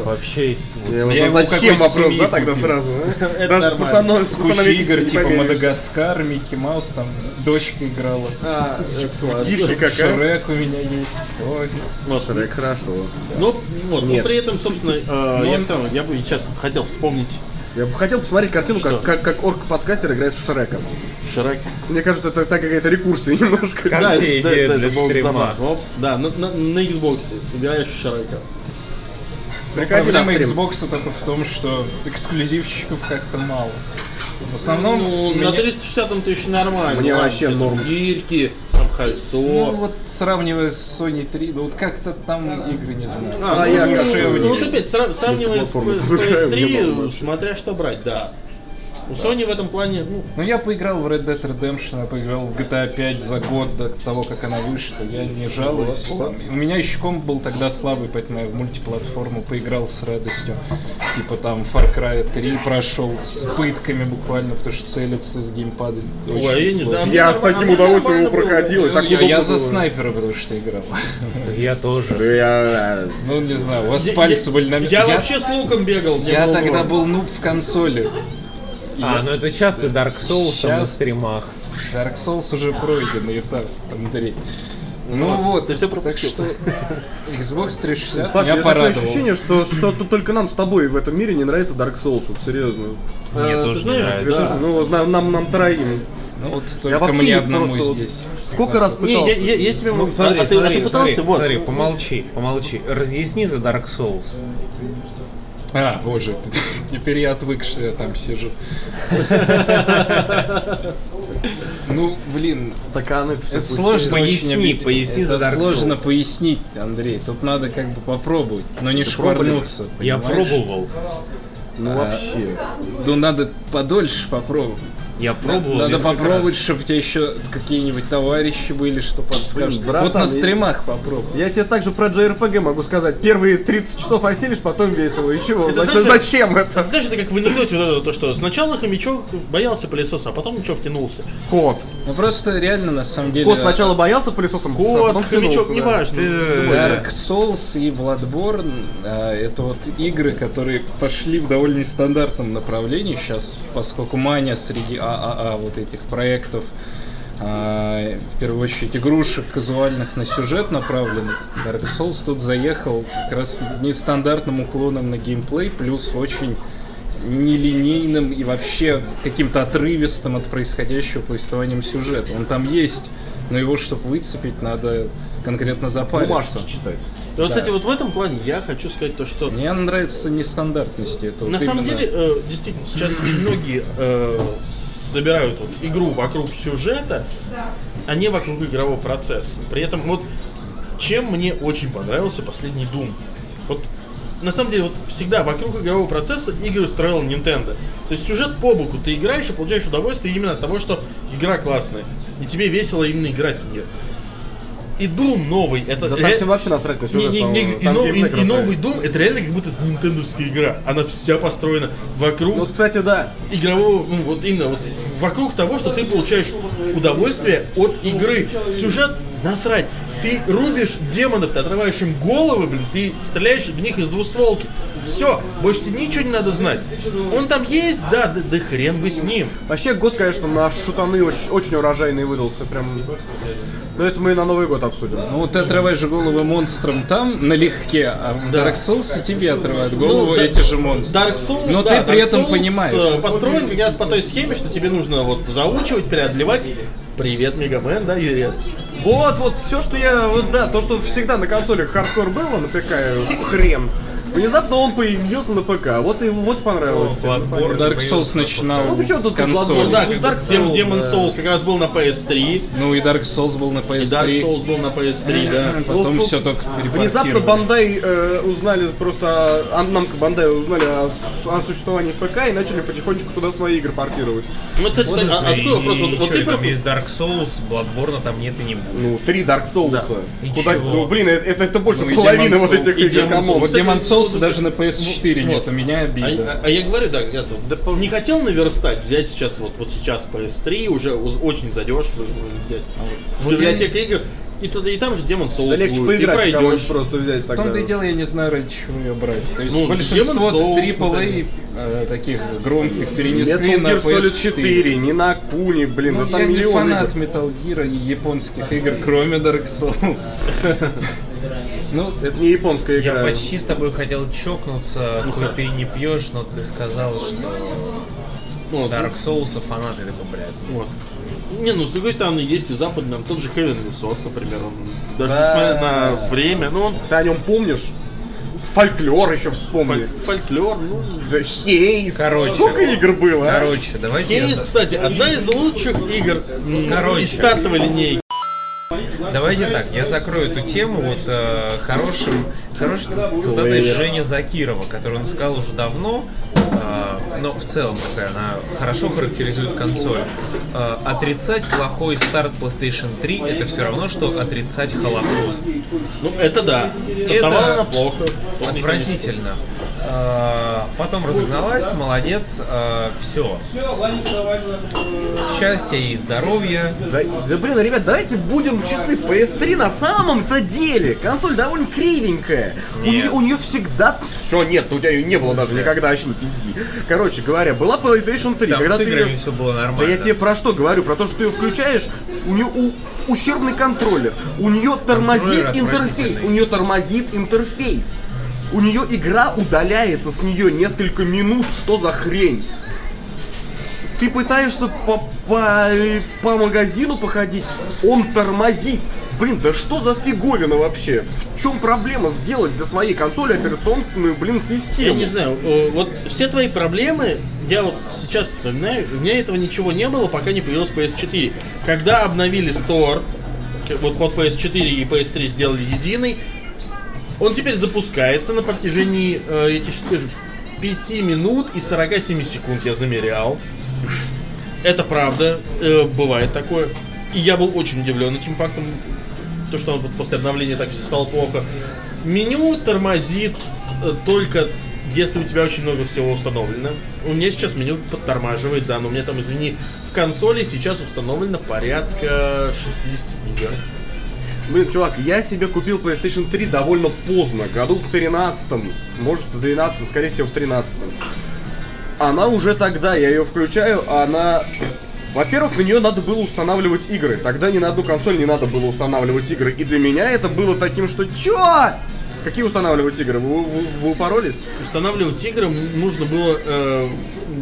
Speaker 1: Вообще,
Speaker 2: Я
Speaker 3: Я
Speaker 2: уже-
Speaker 3: его
Speaker 2: Зачем
Speaker 3: какой-то
Speaker 2: вопрос,
Speaker 3: семьи
Speaker 2: да, тогда
Speaker 3: купил.
Speaker 2: сразу? Даже
Speaker 4: нормально.
Speaker 2: пацаны- с
Speaker 3: Куча
Speaker 2: пацанами
Speaker 3: игр
Speaker 2: не
Speaker 3: типа
Speaker 2: поверишь.
Speaker 3: Мадагаскар, Микки Маус, там дочка играла.
Speaker 2: А, Гирша какая?
Speaker 3: Шрек у меня есть. Ой.
Speaker 2: Шрек, хорошо.
Speaker 4: Ну, вот, но
Speaker 2: Нет.
Speaker 4: при этом, собственно, э, я, сказал, я бы сейчас хотел вспомнить
Speaker 2: Я бы хотел посмотреть картину, как,
Speaker 4: Что?
Speaker 2: как, как орк-подкастер играет с Шреком.
Speaker 4: Шрек.
Speaker 2: Мне кажется, это так какая-то рекурсия немножко.
Speaker 1: Как
Speaker 4: Да,
Speaker 1: тебе
Speaker 4: да,
Speaker 1: идея
Speaker 4: да,
Speaker 1: для
Speaker 4: это было
Speaker 1: стрима?
Speaker 4: забавно. Оп, Да, на, на, на Xbox играешь в Шрека.
Speaker 2: Приходи на
Speaker 3: Проблема
Speaker 2: стрим.
Speaker 3: Xbox -а только в том, что эксклюзивчиков как-то мало. В основном
Speaker 4: Ну,
Speaker 3: у
Speaker 4: на
Speaker 3: меня-
Speaker 4: 360 ты еще нормально.
Speaker 2: Мне
Speaker 4: Там
Speaker 2: вообще
Speaker 4: что-то
Speaker 2: норм.
Speaker 4: Гирьки, там кольцо.
Speaker 3: Ну вот сравнивая с Sony 3, да вот как-то там игры не знаю.
Speaker 4: А,
Speaker 2: А,
Speaker 4: ну,
Speaker 2: я
Speaker 4: ну,
Speaker 2: как-то-
Speaker 4: ну, вот опять, сра- сравнивая с,
Speaker 2: Мультиплатформу
Speaker 4: с
Speaker 2: выбираю, мне
Speaker 4: PS3,
Speaker 2: было
Speaker 4: смотря что брать, да. У Sony в этом плане, ну,
Speaker 3: Ну я поиграл в Red Dead Redemption, я поиграл в GTA 5 за год до того, как она вышла. Я не жалуюсь. там. У меня еще комп был тогда слабый, поэтому я в мультиплатформу поиграл с радостью. Типа там Far Cry 3 прошел с пытками буквально, потому что целиться с геймпада. очень
Speaker 4: а я не
Speaker 3: сложно.
Speaker 4: знаю.
Speaker 2: Я с таким удовольствием его проходил, и так
Speaker 3: Я, я
Speaker 2: удобно
Speaker 3: за
Speaker 2: было.
Speaker 3: снайпера, потому что играл.
Speaker 1: я тоже.
Speaker 2: Я-
Speaker 3: Ну, не знаю, у вас
Speaker 4: Я-
Speaker 3: пальцы
Speaker 4: я-
Speaker 3: были на
Speaker 4: Я, вообще с луком бегал. мне
Speaker 3: я
Speaker 4: было
Speaker 3: тогда
Speaker 4: норм.
Speaker 3: был нуб в консоли.
Speaker 1: А, ну это часто Dark Souls там на
Speaker 3: Сейчас.
Speaker 1: стримах.
Speaker 3: Dark Souls уже пройденный этап, Андрей. Ну вот,
Speaker 4: ты всё
Speaker 3: так
Speaker 4: пропустил.
Speaker 3: что Xbox 360
Speaker 2: Паш, у
Speaker 3: меня
Speaker 2: меня такое
Speaker 3: порадовал.
Speaker 2: ощущение, что, что тут только нам с тобой в этом мире не нравится Dark Souls, вот серьезно.
Speaker 1: Мне
Speaker 4: Э,
Speaker 1: тоже
Speaker 4: ты
Speaker 1: не
Speaker 4: знаешь,
Speaker 1: нравится. А,
Speaker 2: Тебе
Speaker 4: да.
Speaker 2: слышно? Ну, вот нам, нам, нам троим.
Speaker 3: Ну, вот
Speaker 2: Я
Speaker 3: только
Speaker 2: вообще
Speaker 3: мне
Speaker 2: не
Speaker 3: одному
Speaker 2: просто вот
Speaker 3: здесь.
Speaker 2: Сколько раз
Speaker 4: Не, я,
Speaker 2: пытался?
Speaker 4: я, я тебе могу...
Speaker 1: Ну, смотри,
Speaker 4: а, ты, а
Speaker 1: смотри,
Speaker 4: ты пытался?
Speaker 1: смотри,
Speaker 4: вот.
Speaker 1: смотри, помолчи, помолчи. Разъясни за Dark Souls.
Speaker 3: А, боже, теперь я отвык, что я там сижу. Ну, блин,
Speaker 4: а ну,
Speaker 2: Стаканы все
Speaker 3: это сложно.
Speaker 1: Поясни,
Speaker 3: очень объяснить.
Speaker 1: поясни
Speaker 3: это
Speaker 1: за Dark
Speaker 3: сложно
Speaker 1: Souls.
Speaker 3: пояснить, Андрей. Тут надо как бы попробовать, но не швырнуться.
Speaker 1: Я
Speaker 3: понимаешь?
Speaker 1: пробовал.
Speaker 2: Ну вообще.
Speaker 3: Ну, надо подольше попробовать.
Speaker 1: Я пробовал.
Speaker 3: Надо
Speaker 1: несколько
Speaker 3: попробовать,
Speaker 1: раз.
Speaker 3: чтобы у тебя еще какие-нибудь товарищи были, что подскажут.
Speaker 2: Блин, братан,
Speaker 3: вот на
Speaker 2: я-
Speaker 3: стримах попробуй.
Speaker 2: Я тебе также про JRPG могу сказать. Первые 30 часов осилишь, потом весело. И чего?
Speaker 4: Это
Speaker 2: Зачем-
Speaker 4: знаешь-
Speaker 2: Зачем это?
Speaker 4: Знаешь, это как в анекдоте вот это то, что сначала хомячок боялся пылесоса, а потом ничего втянулся.
Speaker 2: Кот.
Speaker 3: Ну просто реально на самом деле.
Speaker 2: Кот сначала боялся пылесосом, а
Speaker 4: Кот,
Speaker 2: потом
Speaker 4: хомячок,
Speaker 2: втянулся, да. э,
Speaker 4: неважно.
Speaker 3: Dark Souls и Bloodborne а, это вот игры, которые пошли в довольно нестандартном направлении сейчас, поскольку мания среди ААА вот этих проектов, а, в первую очередь игрушек казуальных на сюжет направленных, Dark Souls тут заехал как раз нестандартным уклоном на геймплей, плюс очень нелинейным и вообще каким-то отрывистым от происходящего повествованием сюжета. Он там есть, но его, чтобы выцепить, надо конкретно запариться.
Speaker 2: Бумажки читать.
Speaker 4: Вот, кстати, вот в этом плане я хочу сказать то, что
Speaker 3: Мне нравится нестандартность этого.
Speaker 4: на самом деле, э, действительно, сейчас очень многие э, собирают вот игру вокруг сюжета, а не вокруг игрового процесса. При этом вот чем мне очень понравился последний Doom. Вот на самом деле, вот всегда вокруг игрового процесса игры строил Nintendo. То есть сюжет по боку, ты играешь и получаешь удовольствие именно от того, что игра классная. И тебе весело именно играть в нее. И Doom новый, это
Speaker 2: Да
Speaker 4: ре-
Speaker 2: там всем вообще насрать на
Speaker 4: не,
Speaker 2: сюжет,
Speaker 4: не, не,
Speaker 2: по-моему.
Speaker 4: и,
Speaker 2: Там
Speaker 4: нов-
Speaker 2: геймплей
Speaker 4: и- и
Speaker 2: крутой.
Speaker 4: новый дом это реально как будто нинтендовская игра. Она вся построена вокруг
Speaker 2: Вот, кстати, да.
Speaker 4: игрового, ну вот именно вот вокруг того, что ты получаешь удовольствие от игры. Сюжет насрать. Ты рубишь демонов, ты отрываешь им головы, блин, ты стреляешь в них из двустволки. Все, больше тебе ничего не надо знать. Он там есть, да, да, да хрен бы с ним.
Speaker 2: Вообще год, конечно, на шутаны очень, очень урожайный выдался. Прям. Но это мы на Новый год обсудим.
Speaker 3: Ну вот ты отрываешь головы монстрам там налегке, а в Dark Souls и тебе отрывают голову
Speaker 4: Ну, да-
Speaker 3: эти же монстры.
Speaker 4: Dark Souls,
Speaker 3: Но
Speaker 4: да,
Speaker 3: ты при
Speaker 4: Dark
Speaker 3: этом
Speaker 4: Souls,
Speaker 3: понимаешь.
Speaker 4: э, Построен как раз по той схеме, что тебе нужно вот заучивать, преодолевать. Привет, Мегамен, да, Юрец?
Speaker 2: Вот, вот, все, что я, вот да, то, что всегда на консолях хардкор было, напекаю, э, хрен. Внезапно он появился на ПК. Вот и вот понравилось. всем.
Speaker 3: Dark Souls начинал
Speaker 2: Ну, при чём
Speaker 3: с
Speaker 2: тут
Speaker 4: Ну
Speaker 3: консоли.
Speaker 2: Bloodborne?
Speaker 4: да,
Speaker 2: Ну,
Speaker 4: как бы
Speaker 2: Dark
Speaker 4: Dem-
Speaker 2: Souls,
Speaker 4: Demon
Speaker 2: да.
Speaker 4: Souls как раз был на PS3,
Speaker 3: Ну и Dark Souls был на
Speaker 4: и Dark
Speaker 3: PS3.
Speaker 4: Souls был на PS3, да.
Speaker 3: Потом
Speaker 2: Ну,
Speaker 3: все только
Speaker 2: Внезапно
Speaker 3: перепортировали.
Speaker 2: Бандай э, узнали просто о- Намко Бандай узнали о, с- о существовании ПК и начали потихонечку туда свои игры портировать.
Speaker 4: Ну, кстати,
Speaker 6: Вот и
Speaker 4: а-
Speaker 6: всё, и
Speaker 4: открой вопрос, вот, вот
Speaker 6: чё,
Speaker 4: ты
Speaker 6: и там
Speaker 4: про-
Speaker 6: есть Dark Souls, Bloodborne там нет и не будет.
Speaker 2: Ну, три Dark Souls.
Speaker 6: И
Speaker 2: Куда,
Speaker 6: чего?
Speaker 2: ну, блин, это, это- это больше
Speaker 3: Ну, и
Speaker 2: половины
Speaker 3: Demon's
Speaker 2: вот
Speaker 3: Souls,
Speaker 2: этих
Speaker 4: и
Speaker 2: игр.
Speaker 4: Demon's
Speaker 2: камон.
Speaker 4: Souls.
Speaker 3: Вот
Speaker 4: Кстати,
Speaker 3: Demon Souls
Speaker 4: вот-
Speaker 3: даже на PS4 нет, у меня
Speaker 4: А,
Speaker 3: обидно.
Speaker 4: а- а я говорю, да, ясно. Да по- не хотел наверстать, взять сейчас вот, вот сейчас PS3, уже уз- очень задешево же можно взять.
Speaker 3: вот
Speaker 4: библиотека игр, и, туда, и там же Demon Souls
Speaker 2: Да легче
Speaker 4: будет,
Speaker 2: поиграть
Speaker 4: и
Speaker 2: в кого-нибудь
Speaker 4: пройдешь.
Speaker 2: просто взять
Speaker 3: В
Speaker 2: тогда.
Speaker 3: том-то и дело, я не знаю, ради чего ее брать. То есть
Speaker 4: Ну,
Speaker 3: большинство
Speaker 4: Demon's Souls,
Speaker 3: AAA э, таких громких перенесли
Speaker 2: Metal
Speaker 3: на
Speaker 2: Gear Solid
Speaker 3: PS4.
Speaker 2: 4, не на Куни, блин, да
Speaker 3: Ну, я
Speaker 2: там
Speaker 3: не
Speaker 2: миллион
Speaker 3: фанат
Speaker 2: игр.
Speaker 3: Metal Gear и японских игр, кроме Dark Souls. Ну,
Speaker 2: Это не японская
Speaker 6: Я
Speaker 2: игра.
Speaker 6: почти с тобой хотел чокнуться, хоть ты и не пьешь, но ты сказал, что
Speaker 4: Ну,
Speaker 6: Dark Souls а фанаты такой, блядь.
Speaker 4: Вот. Не, ну с другой стороны, есть и западный, там тот же Heaven Resort, например, он, даже
Speaker 2: Да.
Speaker 4: несмотря на время, ну он
Speaker 2: Ты о нем помнишь? Фольклор еще вспомни.
Speaker 4: фоль- фольклор, ну...
Speaker 2: Да Хейс.
Speaker 6: Короче.
Speaker 2: Сколько игр было, а?
Speaker 6: Короче, давайте я,
Speaker 4: Кейс,
Speaker 6: за-
Speaker 4: кстати, одна из лучших игр м,
Speaker 6: Короче.
Speaker 4: из стартовой линейки.
Speaker 6: давайте так, я закрою эту тему вот э, хорошим, хорошей цитатой Жени Закирова, которую он сказал уже давно, э, но в целом такая, она хорошо характеризует консоль. Э, отрицать плохой старт PlayStation 3 это все равно, что отрицать Холокост.
Speaker 4: Ну, это да. Стартовала она плохо.
Speaker 6: Отвратительно.
Speaker 1: А,
Speaker 6: Э, Потом разогналась, молодец, все. Счастья и здоровья.
Speaker 2: Да, да, блин, ребят, давайте будем честны, PS3 на самом-то деле, консоль довольно кривенькая. У
Speaker 6: Нет.
Speaker 2: нее, всегда... Все, нет, у тебя ее не было даже никогда, вообще не пизди. Короче говоря, была PlayStation 3,
Speaker 6: Там
Speaker 2: когда
Speaker 6: с
Speaker 2: ты
Speaker 6: играми
Speaker 2: её-
Speaker 6: все было
Speaker 2: Да
Speaker 6: нормально.
Speaker 2: я тебе про что говорю? Про то, что ты ее включаешь, у нее ущербный контроллер, у нее тормозит
Speaker 6: Контроллер
Speaker 2: интерфейс,
Speaker 6: отвратительный.
Speaker 2: у нее тормозит интерфейс. У нее игра удаляется с нее несколько минут, что за хрень? Ты пытаешься по, по, по магазину походить, он тормозит. Блин, да что за фиговина вообще? В чем проблема сделать для своей консоли операционную, блин,
Speaker 4: Я
Speaker 2: систему?
Speaker 4: не знаю, э, вот все твои проблемы, я вот сейчас вспоминаю, у меня этого ничего не было, пока не появилась PS4. Когда обновили Store, к- вот под PS4 и PS3 сделали единый, он теперь запускается на протяжении, э, я тебе щас скажу, 5 минут и 47 секунд я замерял. Это правда, э, бывает такое. И я был очень удивлен этим фактом, то, что вот после обновления так все стало плохо. Меню тормозит э, только если у тебя очень много всего установлено. У меня сейчас меню подтормаживает, да, но у меня там, извини, в консоли сейчас установлено порядка 60 игр.
Speaker 2: Блин, чувак, я себе купил PlayStation 3 довольно поздно, году в 13 может в 12 скорее всего в 13 Она уже тогда, я ее включаю, а она... Во-первых, на нее надо было устанавливать игры. Тогда ни на одну консоль не надо было устанавливать игры. И для меня это было таким, что чё? Какие устанавливать игры? Вы, вы- вы упоролись?
Speaker 4: Устанавливать игры м- нужно было э,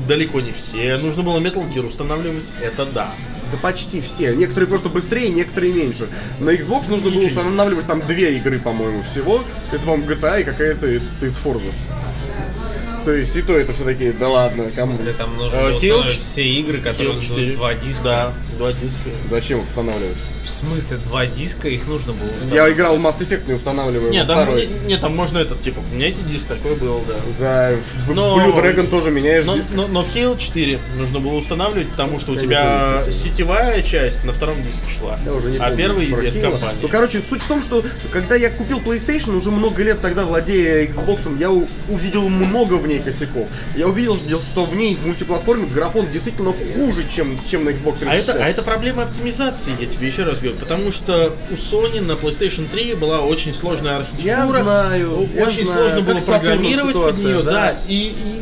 Speaker 4: далеко не все. Нужно было Metal Gear устанавливать, это да.
Speaker 2: Да почти все. Некоторые просто быстрее, некоторые меньше. На Xbox нужно было устанавливать там две игры, по-моему, всего. Это, по-моему, GTA и какая-то это из Forza. То есть и то это все такие, да ладно, кому?
Speaker 6: Если там нужно
Speaker 4: Э,
Speaker 6: было
Speaker 4: Хилл-
Speaker 6: установить все игры, которые
Speaker 4: Gear
Speaker 6: ждут два диска.
Speaker 4: Да, два диска.
Speaker 2: Зачем их устанавливать?
Speaker 6: В смысле два диска, их нужно было установить.
Speaker 2: Я играл в Mass Effect, не устанавливаю.
Speaker 4: Нет,
Speaker 2: во
Speaker 4: там,
Speaker 2: второй.
Speaker 4: не, не, там можно этот, типа, меняйте диск, такой был, да.
Speaker 2: Да, в
Speaker 4: Но-
Speaker 2: Ну, Blue Dragon тоже меняешь
Speaker 4: Но,
Speaker 2: диск.
Speaker 4: но- но в Halo 4 нужно было устанавливать, потому что у
Speaker 2: Я не
Speaker 4: тебя
Speaker 2: помню, кстати.
Speaker 4: сетевая часть на втором диске шла,
Speaker 2: Я уже не
Speaker 4: а
Speaker 2: помню
Speaker 4: первый
Speaker 2: про
Speaker 4: идет
Speaker 2: Хила.
Speaker 4: компания.
Speaker 2: Ну, короче, суть в том, что когда я купил PlayStation, уже много лет тогда владея Xbox, я у- увидел много в ней косяков. Я увидел, что в ней в мультиплатформе графон действительно хуже, чем, чем на Xbox 360.
Speaker 4: А это, а это проблема оптимизации, я тебе еще раз говорю, потому что у Sony на PlayStation 3 была очень сложная архитектура.
Speaker 2: Я знаю,
Speaker 4: О-
Speaker 2: я
Speaker 4: очень
Speaker 2: знаю,
Speaker 4: сложно было
Speaker 2: как с Атомом
Speaker 4: программировать под
Speaker 2: ситуация,
Speaker 4: нее, да.
Speaker 2: да.
Speaker 4: И,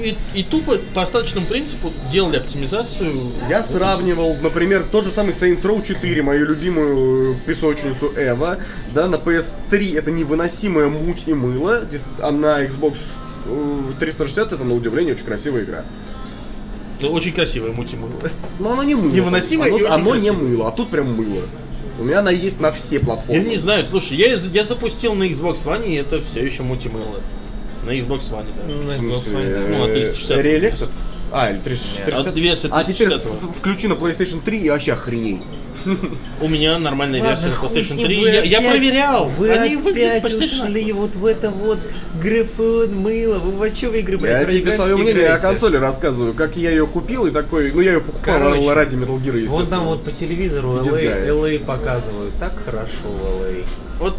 Speaker 4: и- и- и тупо по остаточному принципу делали оптимизацию.
Speaker 2: Я сравнивал, например, тот же самый Saints Row 4, мою любимую э, песочницу Эва, да, на PS3 это невыносимая муть и мыло, дис- а на Xbox э, 360 это, на удивление, очень красивая игра.
Speaker 4: Ну, Очень красивая мультимыла.
Speaker 2: Но оно не мыло.
Speaker 4: Невыносимое
Speaker 2: Оно,
Speaker 4: и очень
Speaker 2: оно не
Speaker 4: красивое.
Speaker 2: мыло, а тут прям мыло. У меня она есть на все платформы.
Speaker 4: Я не знаю, слушай, я, из- я запустил на Xbox One, и это все еще мультимыло. На Xbox One, да.
Speaker 1: На Xbox One.
Speaker 2: э,
Speaker 4: Ну, от 360.
Speaker 2: Реэлектор? А, или 360.
Speaker 4: От 200
Speaker 2: А теперь
Speaker 4: 360.
Speaker 2: с- включи на PlayStation 3 и вообще охреней.
Speaker 4: У меня нормальная версия на
Speaker 1: хуй с
Speaker 4: PlayStation
Speaker 1: ним,
Speaker 4: 3.
Speaker 1: вы
Speaker 4: Я, я
Speaker 1: опять-
Speaker 4: проверял.
Speaker 1: Вы
Speaker 4: Они выглядят
Speaker 1: опять
Speaker 4: почти одинаково.
Speaker 1: ушли вот в это вот графон мыло. Вы во что вы игры,
Speaker 2: Я
Speaker 1: блядь,
Speaker 2: тебе
Speaker 1: ради
Speaker 2: свое
Speaker 1: графики
Speaker 2: мнение о
Speaker 1: играете?
Speaker 2: консоли рассказываю, как я ее купил и такой, ну я ее покупал
Speaker 1: Короче,
Speaker 2: ради Metal Gear, естественно.
Speaker 1: Вот нам вот по телевизору
Speaker 2: И дизгай.
Speaker 1: LA, LA показывают. Так хорошо в LA.
Speaker 4: Вот,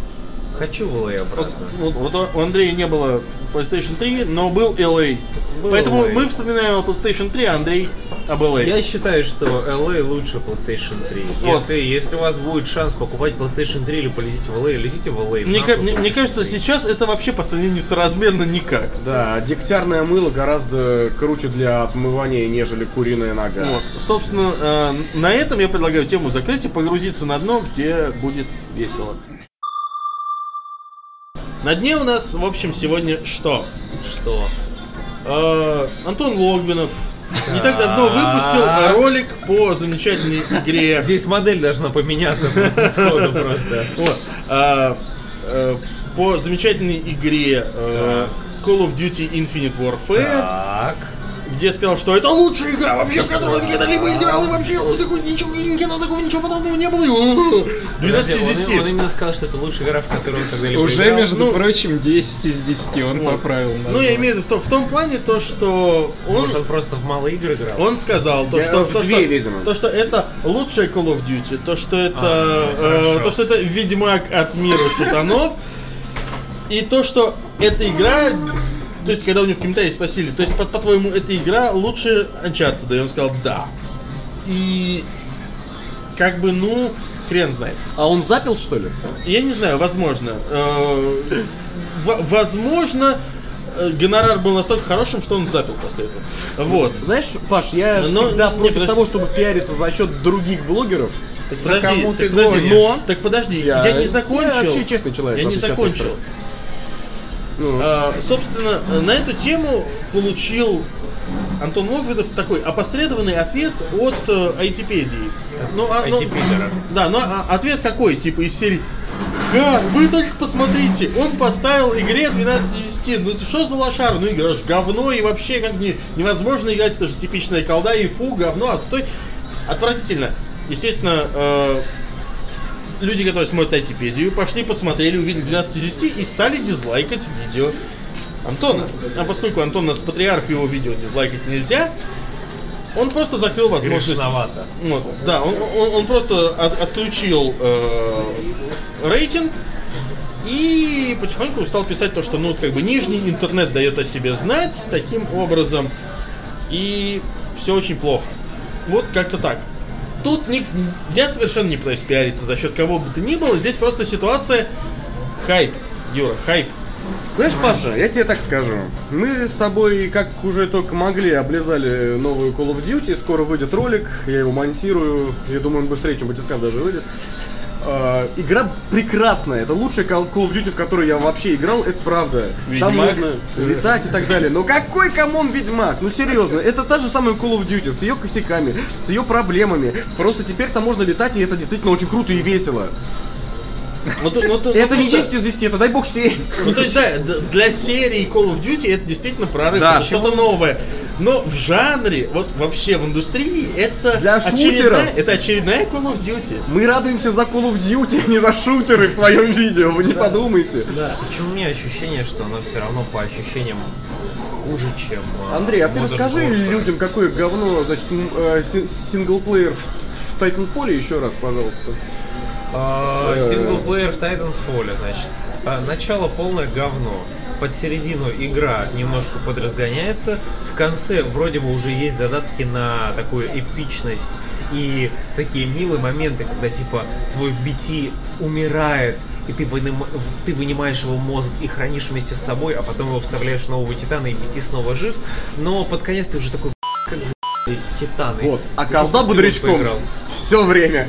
Speaker 1: Хочу в LA
Speaker 4: вот,
Speaker 1: обратно.
Speaker 4: вот- вот у Андрея не было PlayStation 3, но был LA.
Speaker 1: Был
Speaker 4: Поэтому
Speaker 1: LA.
Speaker 4: мы вспоминаем о PlayStation 3, а Андрей об А. LA.
Speaker 1: Я считаю, что LA лучше PlayStation 3.
Speaker 4: Вот.
Speaker 1: Если, если у вас будет шанс покупать PlayStation 3 или полезете в LA, лезите в LA.
Speaker 4: Мне,
Speaker 1: нахуй
Speaker 4: ка- мне- мне
Speaker 1: PlayStation
Speaker 4: кажется,
Speaker 1: 3.
Speaker 4: сейчас это вообще по цене несоразмерно никак.
Speaker 2: Да, дегтярное мыло гораздо круче для отмывания, нежели куриная нога.
Speaker 4: Вот. Собственно, э, на этом я предлагаю тему закрыть и погрузиться на дно, где будет весело. На дне у нас, в общем, сегодня что?
Speaker 1: Что?
Speaker 4: Э, Антон Логвинов не так давно выпустил ролик по замечательной игре.
Speaker 1: Здесь модель должна поменяться просто сходу просто.
Speaker 4: Вот. А, э, По замечательной игре э, Call of Duty Infinite Warfare,
Speaker 1: Так.
Speaker 4: где сказал, что это лучшая игра вообще, в которую он когда-либо играл, и вообще он такой, ничего, никогда такого ничего подобного не было. и, о, 12
Speaker 1: Подожди,
Speaker 4: из
Speaker 1: Он, он
Speaker 4: 10.
Speaker 1: именно сказал, что это лучшая игра, в которую он когда-либо
Speaker 3: Уже,
Speaker 1: играл.
Speaker 3: между
Speaker 4: ну-
Speaker 3: прочим, 10 из 10 он поправил нас.
Speaker 4: Ну, я имею в виду в том, в том плане то, что он,
Speaker 1: Может, он просто в малые игры играл?
Speaker 4: он сказал, то,
Speaker 2: Я
Speaker 4: что,
Speaker 2: в
Speaker 4: то,
Speaker 2: две,
Speaker 4: что,
Speaker 2: видимо.
Speaker 4: то, что это лучшая Call of Duty, то, что это,
Speaker 1: А,
Speaker 4: э,
Speaker 1: хорошо.
Speaker 4: то, что это Ведьмак от мира шутанов, и то, что эта игра, то есть, когда у него в комментарии спросили, то есть, по- по-твоему, эта игра лучше Uncharted, и он сказал, да. И как бы, ну, хрен знает.
Speaker 2: А он запил, что ли?
Speaker 4: Я не знаю, возможно. Э, в- Возможно, э, гонорар был настолько хорошим, что он запил после этого. Вот.
Speaker 2: Знаешь, Паш, я
Speaker 4: Но-
Speaker 2: всегда
Speaker 4: не,
Speaker 2: против
Speaker 4: подожди.
Speaker 2: того, чтобы пиариться за счет других блогеров.
Speaker 4: Подожди,
Speaker 1: кому
Speaker 4: так
Speaker 1: ты
Speaker 4: подожди,
Speaker 1: гонишь?
Speaker 4: но, так подожди, я, не
Speaker 2: Я
Speaker 4: закончил.
Speaker 2: вообще честный человек.
Speaker 4: Я
Speaker 2: в
Speaker 4: не
Speaker 2: отличие от
Speaker 4: закончил.
Speaker 2: некоторых. Ну.
Speaker 4: А, собственно, э, на эту тему получил Антон Логвидов такой опосредованный ответ от э, айтипедии. Ну, а, ну,
Speaker 1: IT-пидора.
Speaker 4: да, но а, ответ какой? Типа из серии Ха, вы только посмотрите, он поставил игре 12 из 10. Ну это что за лошара? Ну игра ж говно и вообще как не, невозможно играть, это же типичная колда и фу, говно, отстой. Отвратительно. Естественно, э, люди, которые смотрят айтипедию, пошли, посмотрели, увидели 12 из 10 и стали дизлайкать видео Антона. А поскольку Антон у нас патриарх, его видео дизлайкать нельзя, он просто закрыл возможность.
Speaker 1: Грешновато.
Speaker 4: Вот, да, он, он- он просто от- отключил э, рейтинг и потихоньку стал писать то, что ну как бы нижний интернет дает о себе знать таким образом. И все очень плохо. Вот как-то так. Тут ни- я совершенно не пытаюсь пиариться за счет кого бы то ни было. Здесь просто ситуация хайп. Юра, хайп.
Speaker 2: Знаешь, Паша, я тебе так скажу. Мы с тобой, как уже только могли, облизали новую Call of Duty. Скоро выйдет ролик, я его монтирую. Я думаю, он быстрее, чем батискаф даже выйдет. Э, игра прекрасная. Это лучшая Call Call of Duty, в которую я вообще играл, это правда. Там
Speaker 3: Ведьмак.
Speaker 2: можно летать и так далее. Но какой камон Ведьмак? Ну серьезно, это та же самая Call of Duty с ее косяками, с ее проблемами. Просто теперь там можно летать, и это действительно очень круто и весело.
Speaker 4: Ну, тут- ну, тут-
Speaker 2: Это
Speaker 4: ну,
Speaker 2: не
Speaker 4: тут, да.
Speaker 2: 10 из 10, это дай бог 7.
Speaker 4: Ну, то есть, да, д- для серии Call of Duty это действительно прорыв,
Speaker 3: Да.
Speaker 4: это что-то новое. Но в жанре, вот вообще в индустрии, это
Speaker 2: Для
Speaker 4: очередная-
Speaker 2: шутеров.
Speaker 4: это очередная Call of Duty.
Speaker 2: Мы радуемся за Call of Duty, а не за шутеры в своем видео, вы не подумайте.
Speaker 1: Почему у меня ощущение, что она все равно по ощущениям хуже, чем... э,
Speaker 2: Андрей, а ты
Speaker 1: Modern
Speaker 2: расскажи
Speaker 1: Warfare?
Speaker 2: людям, какое говно, значит, м, э, си- синглплеер в, в Titanfall еще раз, пожалуйста.
Speaker 1: А,
Speaker 2: Э,
Speaker 1: Синглплеер в Titanfall, значит. А, Начало полное говно. Под середину игра немножко подразгоняется. В конце вроде бы уже есть задатки на такую эпичность и такие милые моменты, когда типа твой BT умирает, и ты, вынима- в- ты вынимаешь его мозг и хранишь вместе с собой, а потом его вставляешь в нового титана, и BT снова жив. Но под конец ты уже такой, как за***ли эти титаны.
Speaker 2: Вот. А
Speaker 1: Ты
Speaker 2: колда
Speaker 1: только в
Speaker 2: бодрячком
Speaker 1: поиграл.
Speaker 2: все время.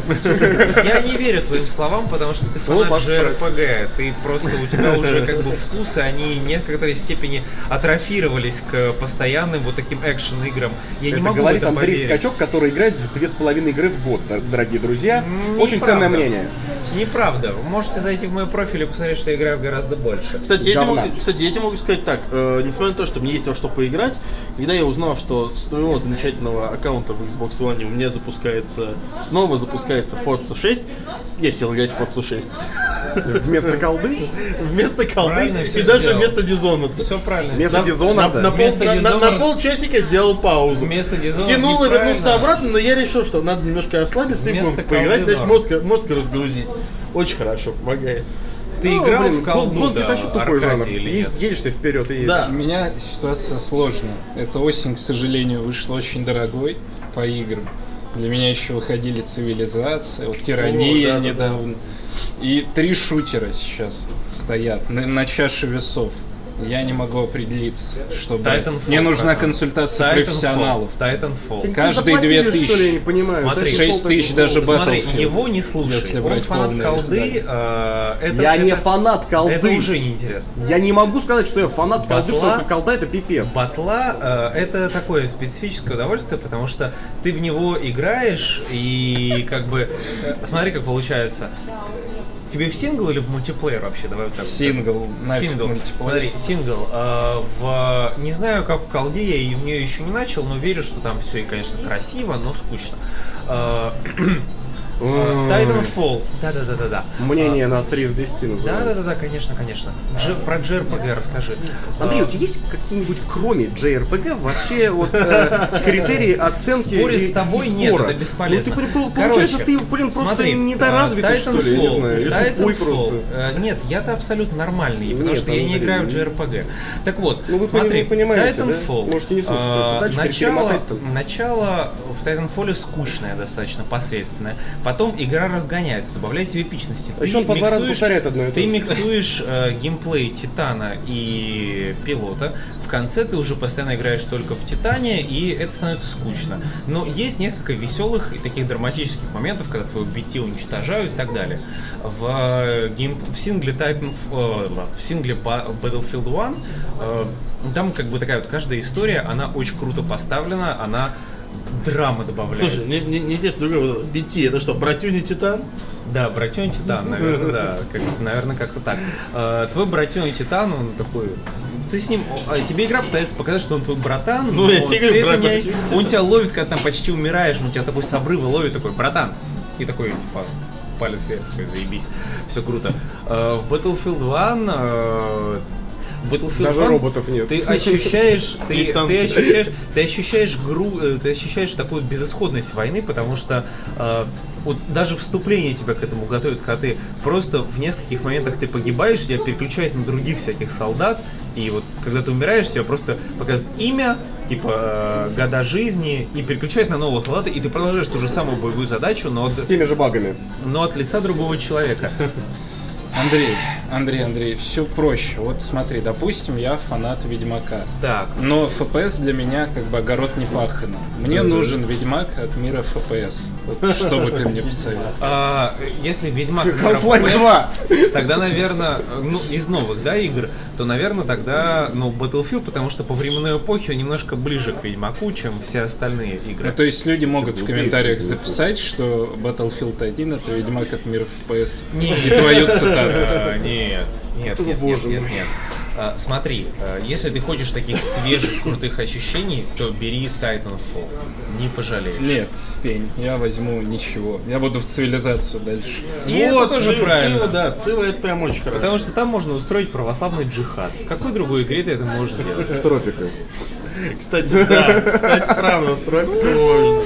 Speaker 1: Я не верю твоим словам, потому что ты
Speaker 2: Ну,
Speaker 1: фанат
Speaker 2: Паша
Speaker 1: JRPG. Ты просто, у тебя уже как бы вкусы, они в некоторой степени атрофировались к постоянным вот таким экшен-играм. Я не
Speaker 2: Это
Speaker 1: могу в
Speaker 2: говорит
Speaker 1: это
Speaker 2: Андрей
Speaker 1: поверить.
Speaker 2: Скачок, который играет в две с половиной игры в год, дор- дорогие друзья. Очень ценное
Speaker 1: Неправда.
Speaker 2: мнение.
Speaker 1: Неправда. Вы можете зайти в мой профиль и посмотреть, что я играю гораздо больше.
Speaker 4: Кстати, я тебе
Speaker 2: Говна.
Speaker 4: могу- кстати, я тебе могу сказать так, э, несмотря на то, что мне есть во что поиграть, когда я узнал, что с твоего замечательного аккаунта в Xbox One у меня запускается, снова запускается Forza 6, я сел играть в Forza 6.
Speaker 2: Вместо колды?
Speaker 4: Вместо колды
Speaker 1: Правильно всё
Speaker 4: и даже
Speaker 1: сделал.
Speaker 4: вместо Дизона.
Speaker 1: Все правильно.
Speaker 2: Вместо
Speaker 4: На,
Speaker 2: Дизона,
Speaker 4: на
Speaker 2: да.
Speaker 4: пол-
Speaker 1: Вместо
Speaker 4: на- на- на
Speaker 1: Dishonored-
Speaker 4: полчасика сделал паузу.
Speaker 1: Вместо Dishonored
Speaker 4: Тянул и
Speaker 1: неправильно.
Speaker 4: вернуться обратно, но я решил, что надо немножко ослабиться и
Speaker 1: Вместо
Speaker 4: гонку поиграть,
Speaker 1: Call
Speaker 4: значит,
Speaker 1: Dishonored.
Speaker 4: мозг, мозг разгрузить. Очень хорошо, помогает.
Speaker 1: Ты
Speaker 2: Ну,
Speaker 1: играл
Speaker 2: блин,
Speaker 1: в колду,
Speaker 2: гон- гонки
Speaker 1: да,
Speaker 2: это вообще тупой
Speaker 1: Аркадий,
Speaker 2: жанр.
Speaker 1: или
Speaker 2: Е-
Speaker 1: нет?
Speaker 2: Едешь ты вперед и едешь.
Speaker 4: Да.
Speaker 3: У меня ситуация сложная. Эта осень, к сожалению, вышла очень дорогой по играм. Для меня еще выходили цивилизация, вот тирания
Speaker 4: О, да-да-да.
Speaker 3: недавно. И три шутера сейчас стоят на, на чаше весов. Я не могу определиться, чтобы...
Speaker 1: Titanfall,
Speaker 3: Мне нужна
Speaker 1: братан.
Speaker 3: консультация профессионалов.
Speaker 1: Titanfall.
Speaker 2: Тебе
Speaker 3: Каждые
Speaker 2: заплатили,
Speaker 3: две тысячи.
Speaker 2: что ли, я не понимаю.
Speaker 1: Смотри,
Speaker 2: Titanfall,
Speaker 3: шесть тысяч
Speaker 2: Titanfall.
Speaker 3: даже б-
Speaker 1: Смотри,
Speaker 3: Battlefield,
Speaker 1: его не слушай.
Speaker 3: если
Speaker 1: Он
Speaker 3: брать
Speaker 1: фанат
Speaker 3: полное
Speaker 1: колды.
Speaker 3: издание.
Speaker 1: э, это-
Speaker 2: Я не
Speaker 1: это-
Speaker 2: фанат колды.
Speaker 1: Это уже неинтересно.
Speaker 2: Я не могу сказать, что я фанат колды,
Speaker 1: Батла?
Speaker 2: потому что колда это пипец.
Speaker 1: Батла э, это такое специфическое удовольствие, потому что ты в него играешь и как бы э, смотри, как получается. Тебе в сингл или в мультиплеер вообще? Давай вот так. вот.
Speaker 3: Сингл, нафиг
Speaker 1: Сингл.
Speaker 3: мультиплеер.
Speaker 1: Смотри, сингл. э, в не знаю, как в колде я и в нее еще не начал, но верю, что там все и конечно красиво, но скучно. Э, э, Titanfall. Да, да, да, да, да.
Speaker 2: Мнение на 3 из 10
Speaker 1: Да, да,
Speaker 2: называется.
Speaker 1: да, да, конечно, конечно. Дж- про JRPG расскажи.
Speaker 2: Андрей,
Speaker 1: Э,
Speaker 2: у тебя есть какие-нибудь, кроме JRPG, вообще вот э, критерии оценки
Speaker 1: Спорить
Speaker 2: и-
Speaker 1: с тобой
Speaker 2: и
Speaker 1: нет,
Speaker 2: спора?
Speaker 1: это бесполезно.
Speaker 2: Ну, ты, блин, получается,
Speaker 1: Короче,
Speaker 2: ты, блин, просто
Speaker 1: смотри,
Speaker 2: недоразвитый,
Speaker 1: э,
Speaker 2: что ли, я не знаю, или
Speaker 1: Titanfall,
Speaker 2: тупой просто.
Speaker 1: э, Нет, я-то абсолютно нормальный, потому
Speaker 2: Нет,
Speaker 1: что я не
Speaker 2: Андрей,
Speaker 1: играю в
Speaker 2: ну-
Speaker 1: JRPG. Так вот,
Speaker 2: Ну, вы
Speaker 1: смотри,
Speaker 2: пони- вы понимаете, да?
Speaker 1: Titanfall.
Speaker 2: Можете не слушать, просто
Speaker 1: э,
Speaker 2: дальше
Speaker 1: начало,
Speaker 2: перемотать-то.
Speaker 1: начало в Titanfall скучное достаточно, посредственное. Потом игра разгоняется, добавляет тебе эпичности.
Speaker 2: А еще он по два раза повторяет одно и то
Speaker 1: Ты
Speaker 2: же.
Speaker 1: миксуешь э, геймплей Титана и Пилота. В конце ты уже постоянно играешь только в Титане, и это становится скучно. Но есть несколько веселых и таких драматических моментов, когда твою BT уничтожают и так далее. В, э, гейм... в сингле Titan... э, в сингле Ба- Battlefield One э, там как бы такая вот каждая история, она очень круто поставлена, она драмы добавляет.
Speaker 4: Слушай, мне, мне, мне интересно другое, вот, BT, это что, братюня Титан?
Speaker 1: Да, братён Титан, наверное, да. Как, наверное, как-то так. Э, Твой братён Титан, он такой... Ты с ним... а тебе игра пытается показать, что он твой братан,
Speaker 4: Ну,
Speaker 1: но
Speaker 4: я тебе говорю,
Speaker 1: ты это
Speaker 4: братан,
Speaker 1: не-
Speaker 4: Титан.
Speaker 1: Он тебя ловит, когда там почти умираешь, он тебя такой с обрыва ловит, такой, братан. И такой, типа, палец вверх, такой, заебись. Все круто. Э, В Battlefield 1... э, Battlefield
Speaker 2: Даже
Speaker 1: 1
Speaker 2: роботов нет.
Speaker 1: Ты ощущаешь, ты,
Speaker 4: Есть
Speaker 1: ты
Speaker 4: танки.
Speaker 1: ощущаешь, ты ощущаешь гру, э, ты ощущаешь такую безысходность войны, потому что э, вот даже вступление тебя к этому готовят, когда ты просто в нескольких моментах ты погибаешь, тебя переключают на других всяких солдат, и вот когда ты умираешь, тебя просто показывают имя, типа э, года жизни, и переключают на нового солдата, и ты продолжаешь ту же самую боевую задачу, но
Speaker 2: С
Speaker 1: от,
Speaker 2: теми же багами.
Speaker 1: но от лица другого человека.
Speaker 3: Андрей, Андрей, Андрей, все проще. Вот смотри, допустим, я фанат Ведьмака.
Speaker 1: Так.
Speaker 3: Но FPS для меня как бы огород не пахано. Мне нужен Ведьмак от мира FPS. Вот Что бы ты мне посоветовал?
Speaker 1: А, если Ведьмак...
Speaker 2: Half-Life
Speaker 1: FPS,
Speaker 2: 2.
Speaker 1: Тогда, наверное, ну, из новых, да, игр, то, наверное, тогда, ну, Battlefield, потому что по временной эпохе он немножко ближе к Ведьмаку, чем все остальные
Speaker 3: Ну,
Speaker 1: игры.
Speaker 3: то есть люди могут в
Speaker 2: Чё-то
Speaker 3: комментариях
Speaker 2: убейте,
Speaker 3: записать, что Battlefield 1 это Ведьмак от мира FPS.
Speaker 1: Нет.
Speaker 3: И твою цитату.
Speaker 1: Э, Нет, нет, нет, нет,
Speaker 2: Ну, боже
Speaker 1: нет,
Speaker 2: мой.
Speaker 1: нет. Э, Смотри, э, если ты хочешь таких свежих, крутых ощущений, то бери Titanfall. Не пожалеешь.
Speaker 3: Нет, в пень. Я возьму ничего. Я буду в цивилизацию дальше.
Speaker 1: И это тоже
Speaker 4: Цива,
Speaker 1: правильно.
Speaker 4: да, Цива это прям очень хорошо.
Speaker 1: Потому что там можно устроить православный джихад. В какой другой игре ты это можешь сделать?
Speaker 2: В тропиках.
Speaker 4: Кстати, да, кстати, правда, в тропике можно.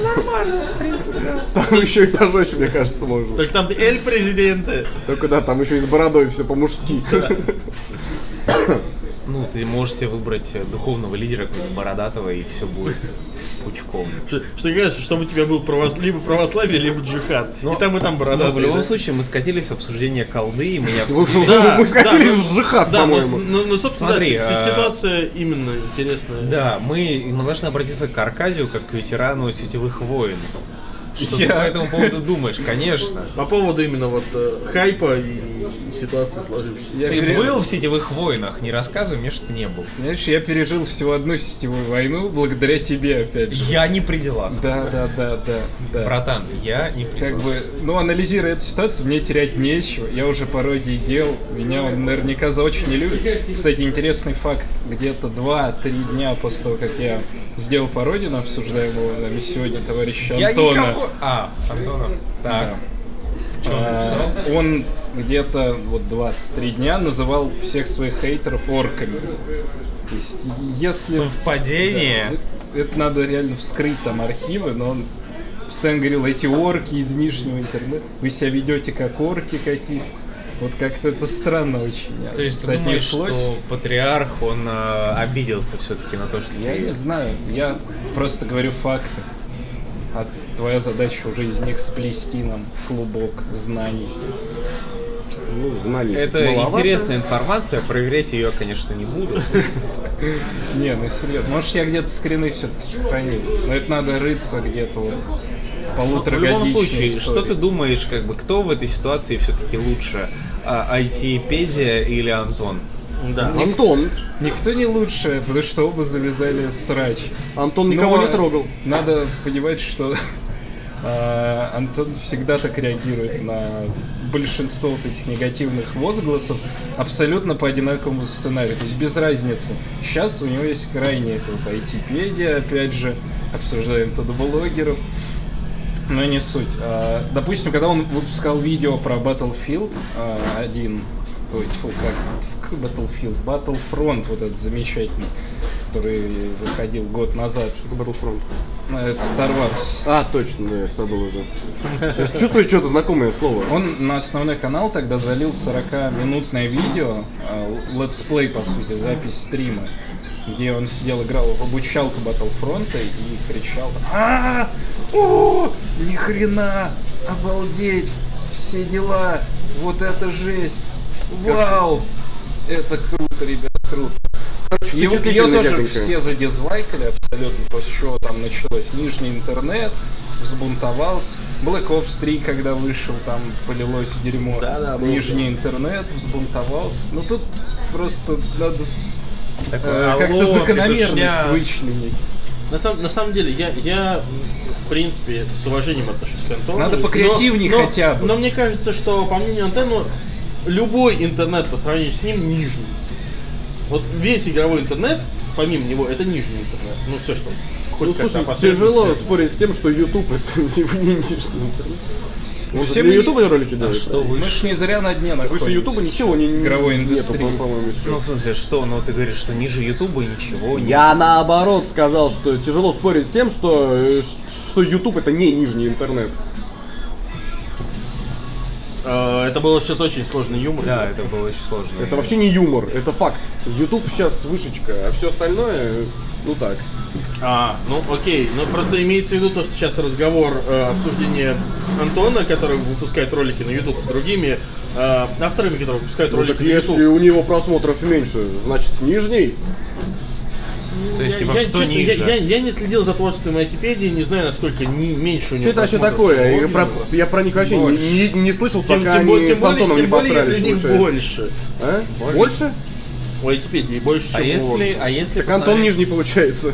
Speaker 2: Там еще и пожестче, мне кажется, можно.
Speaker 4: Только там ты эль президенты.
Speaker 2: Только да, там еще и с бородой все по-мужски.
Speaker 1: Ну, ты можешь себе выбрать э, духовного лидера какого-нибудь бородатого, и все будет пучком.
Speaker 4: Что, что говорят, чтобы у тебя был правос- либо православие, либо джихад. и там, и там борода.
Speaker 1: Но Ну, в любом случае мы скатились в обсуждение колды, и мы не обсудили...
Speaker 4: Да,
Speaker 2: Мы скатились
Speaker 4: да, ну,
Speaker 2: в жихад,
Speaker 4: Да, ну,
Speaker 2: по-моему.
Speaker 4: ну, ну, собственно,
Speaker 1: Смотри,
Speaker 4: да, си-
Speaker 1: а-
Speaker 4: ситуация именно интересная.
Speaker 1: Да, мы, мы должны обратиться к Аркадию как к ветерану сетевых войн. Что ты по этому поводу думаешь? Конечно.
Speaker 4: По поводу именно вот э, хайпа и ситуации сложившейся.
Speaker 3: Я
Speaker 1: Ты
Speaker 3: пере-
Speaker 1: был в сетевых войнах, не рассказывай мне, что ты не был.
Speaker 3: Знаешь, я пережил всего одну сетевую войну благодаря тебе, опять же.
Speaker 1: Я не при делах.
Speaker 3: Да, да, да, да, да.
Speaker 1: Братан, я не при
Speaker 3: Как
Speaker 1: делах.
Speaker 3: бы, ну, анализируя эту ситуацию, мне терять нечего. Я уже пародии делал, меня он наверняка за очень не любит. Кстати, интересный факт. Где-то 2-3 дня после того, как я сделал пародию на обсуждаемого нами сегодня товарища
Speaker 1: Я
Speaker 3: Антона.
Speaker 1: никого... А, Антона. Так. Чё он написал?
Speaker 3: А, Он где-то вот 2-3 дня называл всех своих хейтеров орками. То есть, если...
Speaker 1: Совпадение.
Speaker 3: Это надо реально вскрыть там архивы, но он постоянно говорил, эти орки из нижнего интернета, вы себя ведете как орки какие-то. Вот как-то это странно очень.
Speaker 1: То есть ты думаешь, что патриарх, он э, обиделся все-таки на то, что
Speaker 3: Я не знаю, я просто говорю факты. А твоя задача уже из них сплести нам клубок знаний.
Speaker 2: Ну, знаний.
Speaker 1: Это
Speaker 2: маловато.
Speaker 1: интересная информация, проверять ее, конечно, не буду.
Speaker 3: Не, ну серьезно. Может, я где-то скрины все-таки сохранил. Но это надо рыться где-то вот
Speaker 1: В
Speaker 3: полутора
Speaker 1: Ну, любом случае, что ты думаешь, как бы, кто в этой ситуации все-таки лучше, а, Айтипедия или Антон?
Speaker 4: Да.
Speaker 2: Антон.
Speaker 3: Никто не лучше, потому что оба завязали срач.
Speaker 2: Антон никого
Speaker 3: Но
Speaker 2: не трогал.
Speaker 3: Надо понимать, что э, Антон всегда так реагирует на большинство вот этих негативных возгласов абсолютно по одинаковому сценарию. То есть без разницы. Сейчас у него есть крайне это вот IT-педия, опять же, обсуждаем тут блогеров. Но не суть. А, допустим, когда он выпускал видео про Battlefield а, один, ой, тьфу, как, как Battlefield, Battlefront вот этот замечательный, который выходил год назад.
Speaker 2: Battlefront.
Speaker 3: Ну, Это Star Wars.
Speaker 2: А, точно, да, я забыл уже. Я чувствую что-то знакомое слово.
Speaker 3: Он на основной канал тогда залил 40-минутное видео, э, летсплей, по сути, запись стрима, где он сидел, играл в обучалку Battlefront и кричал а О! Ни хрена! Обалдеть! Все дела! Вот это жесть! Вау! Это круто, ребят, круто. Его, ее
Speaker 2: впечатлительный
Speaker 3: тоже
Speaker 2: дяденька.
Speaker 3: все задизлайкали абсолютно, после чего там началось нижний интернет, взбунтовался. Black Ops 3, когда вышел, там полилось дерьмо.
Speaker 4: Да-да, было
Speaker 3: нижний интернет взбунтовался. Ну тут просто надо э,
Speaker 1: Такое,
Speaker 3: как-то
Speaker 1: «Алло,
Speaker 3: закономерность
Speaker 1: петушня».
Speaker 3: вычленить.
Speaker 4: На, сам- на самом деле, я, я, м, в принципе, с уважением отношусь к Антону.
Speaker 3: Надо
Speaker 4: Но-
Speaker 3: покреативней
Speaker 4: но-
Speaker 3: хотя бы.
Speaker 4: Но мне кажется, что, по мнению Антону, любой интернет по сравнению с ним нижний. Вот весь игровой интернет, помимо него, это нижний интернет. Ну, все, что... хоть
Speaker 2: Ну,
Speaker 4: как-то
Speaker 2: слушай,
Speaker 4: опосредованно
Speaker 2: тяжело
Speaker 4: связано.
Speaker 2: спорить с тем, что YouTube это не нижний интернет. Он же
Speaker 3: все
Speaker 2: для
Speaker 3: мы-
Speaker 2: Ютуба
Speaker 4: А
Speaker 2: ролики делает.
Speaker 1: Что вы?
Speaker 3: Мы ж не зря на дне находимся.
Speaker 2: Выше Ютуба ничего не
Speaker 3: Игровой
Speaker 2: нету,
Speaker 3: индустрии.
Speaker 2: по- по-моему, сейчас.
Speaker 1: Ну, в смысле, что? Ну, ты говоришь, что ниже Ютуба ничего не...
Speaker 2: Я наоборот сказал, что тяжело спорить с тем, что, э, ш- что YouTube это не нижний интернет.
Speaker 4: Э, Это было сейчас очень сложный юмор.
Speaker 1: Да, это было очень сложно.
Speaker 2: Это вообще не юмор, это факт. YouTube сейчас вышечка, а все остальное, э, ну так.
Speaker 4: А, ну окей, но просто имеется в виду то, что сейчас разговор, э, обсуждение Антона, который выпускает ролики на YouTube с другими э, авторами, которые выпускают
Speaker 2: Ну, так
Speaker 4: ролики на
Speaker 2: если
Speaker 4: YouTube.
Speaker 2: у него просмотров меньше, значит нижний.
Speaker 1: То есть, типа,
Speaker 4: я,
Speaker 1: кто
Speaker 4: честно, я,
Speaker 1: ниже?
Speaker 4: я- я не следил за творчеством Айтипедии, не знаю, насколько не, меньше у него.
Speaker 2: Что это вообще
Speaker 4: просмотров,
Speaker 2: такое? Я
Speaker 4: чем у
Speaker 2: про,
Speaker 4: Логинова.
Speaker 2: я про них вообще не, не- не слышал,
Speaker 4: Тем,
Speaker 2: пока
Speaker 4: тем,
Speaker 2: они
Speaker 4: более, тем
Speaker 2: с
Speaker 4: более-
Speaker 2: Антоном
Speaker 4: тем
Speaker 2: не
Speaker 4: более,
Speaker 2: посрались,
Speaker 4: если них
Speaker 2: получается.
Speaker 4: больше.
Speaker 2: А? Больше?
Speaker 4: У Айтипедии больше, чем
Speaker 1: А
Speaker 4: у
Speaker 1: если,
Speaker 4: Логинова.
Speaker 1: а если
Speaker 2: Так Антон
Speaker 1: посмотреть-
Speaker 2: нижний получается.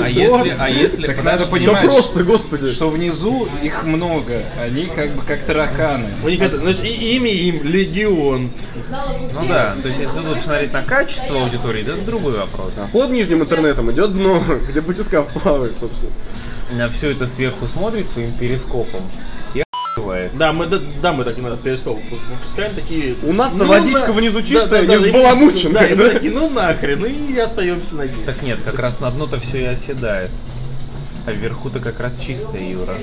Speaker 1: А если, а если,
Speaker 3: Так надо
Speaker 1: подожди,
Speaker 2: Все
Speaker 3: Понимаешь,
Speaker 2: просто, господи.
Speaker 3: Что внизу их много, они как бы как тараканы.
Speaker 4: У них это, значит, а и- имя им Легион.
Speaker 1: ну да, то есть если тут посмотреть на качество аудитории, да, это другой вопрос.
Speaker 2: Под нижним интернетом идет дно, где батискаф плавает, собственно.
Speaker 1: На все это сверху смотрит своим перископом и охуевает.
Speaker 4: Да, мы, да, да, мы так иногда перестал выпускаем такие.
Speaker 2: У нас-то водичка внизу чистая, не
Speaker 4: и-
Speaker 2: взбаламученная,
Speaker 4: Да, и мы
Speaker 2: да?
Speaker 4: такие, ну нахрен, и остаемся на ней.
Speaker 1: Так нет, как раз на дно-то все и оседает. А вверху-то как раз чистая Юра.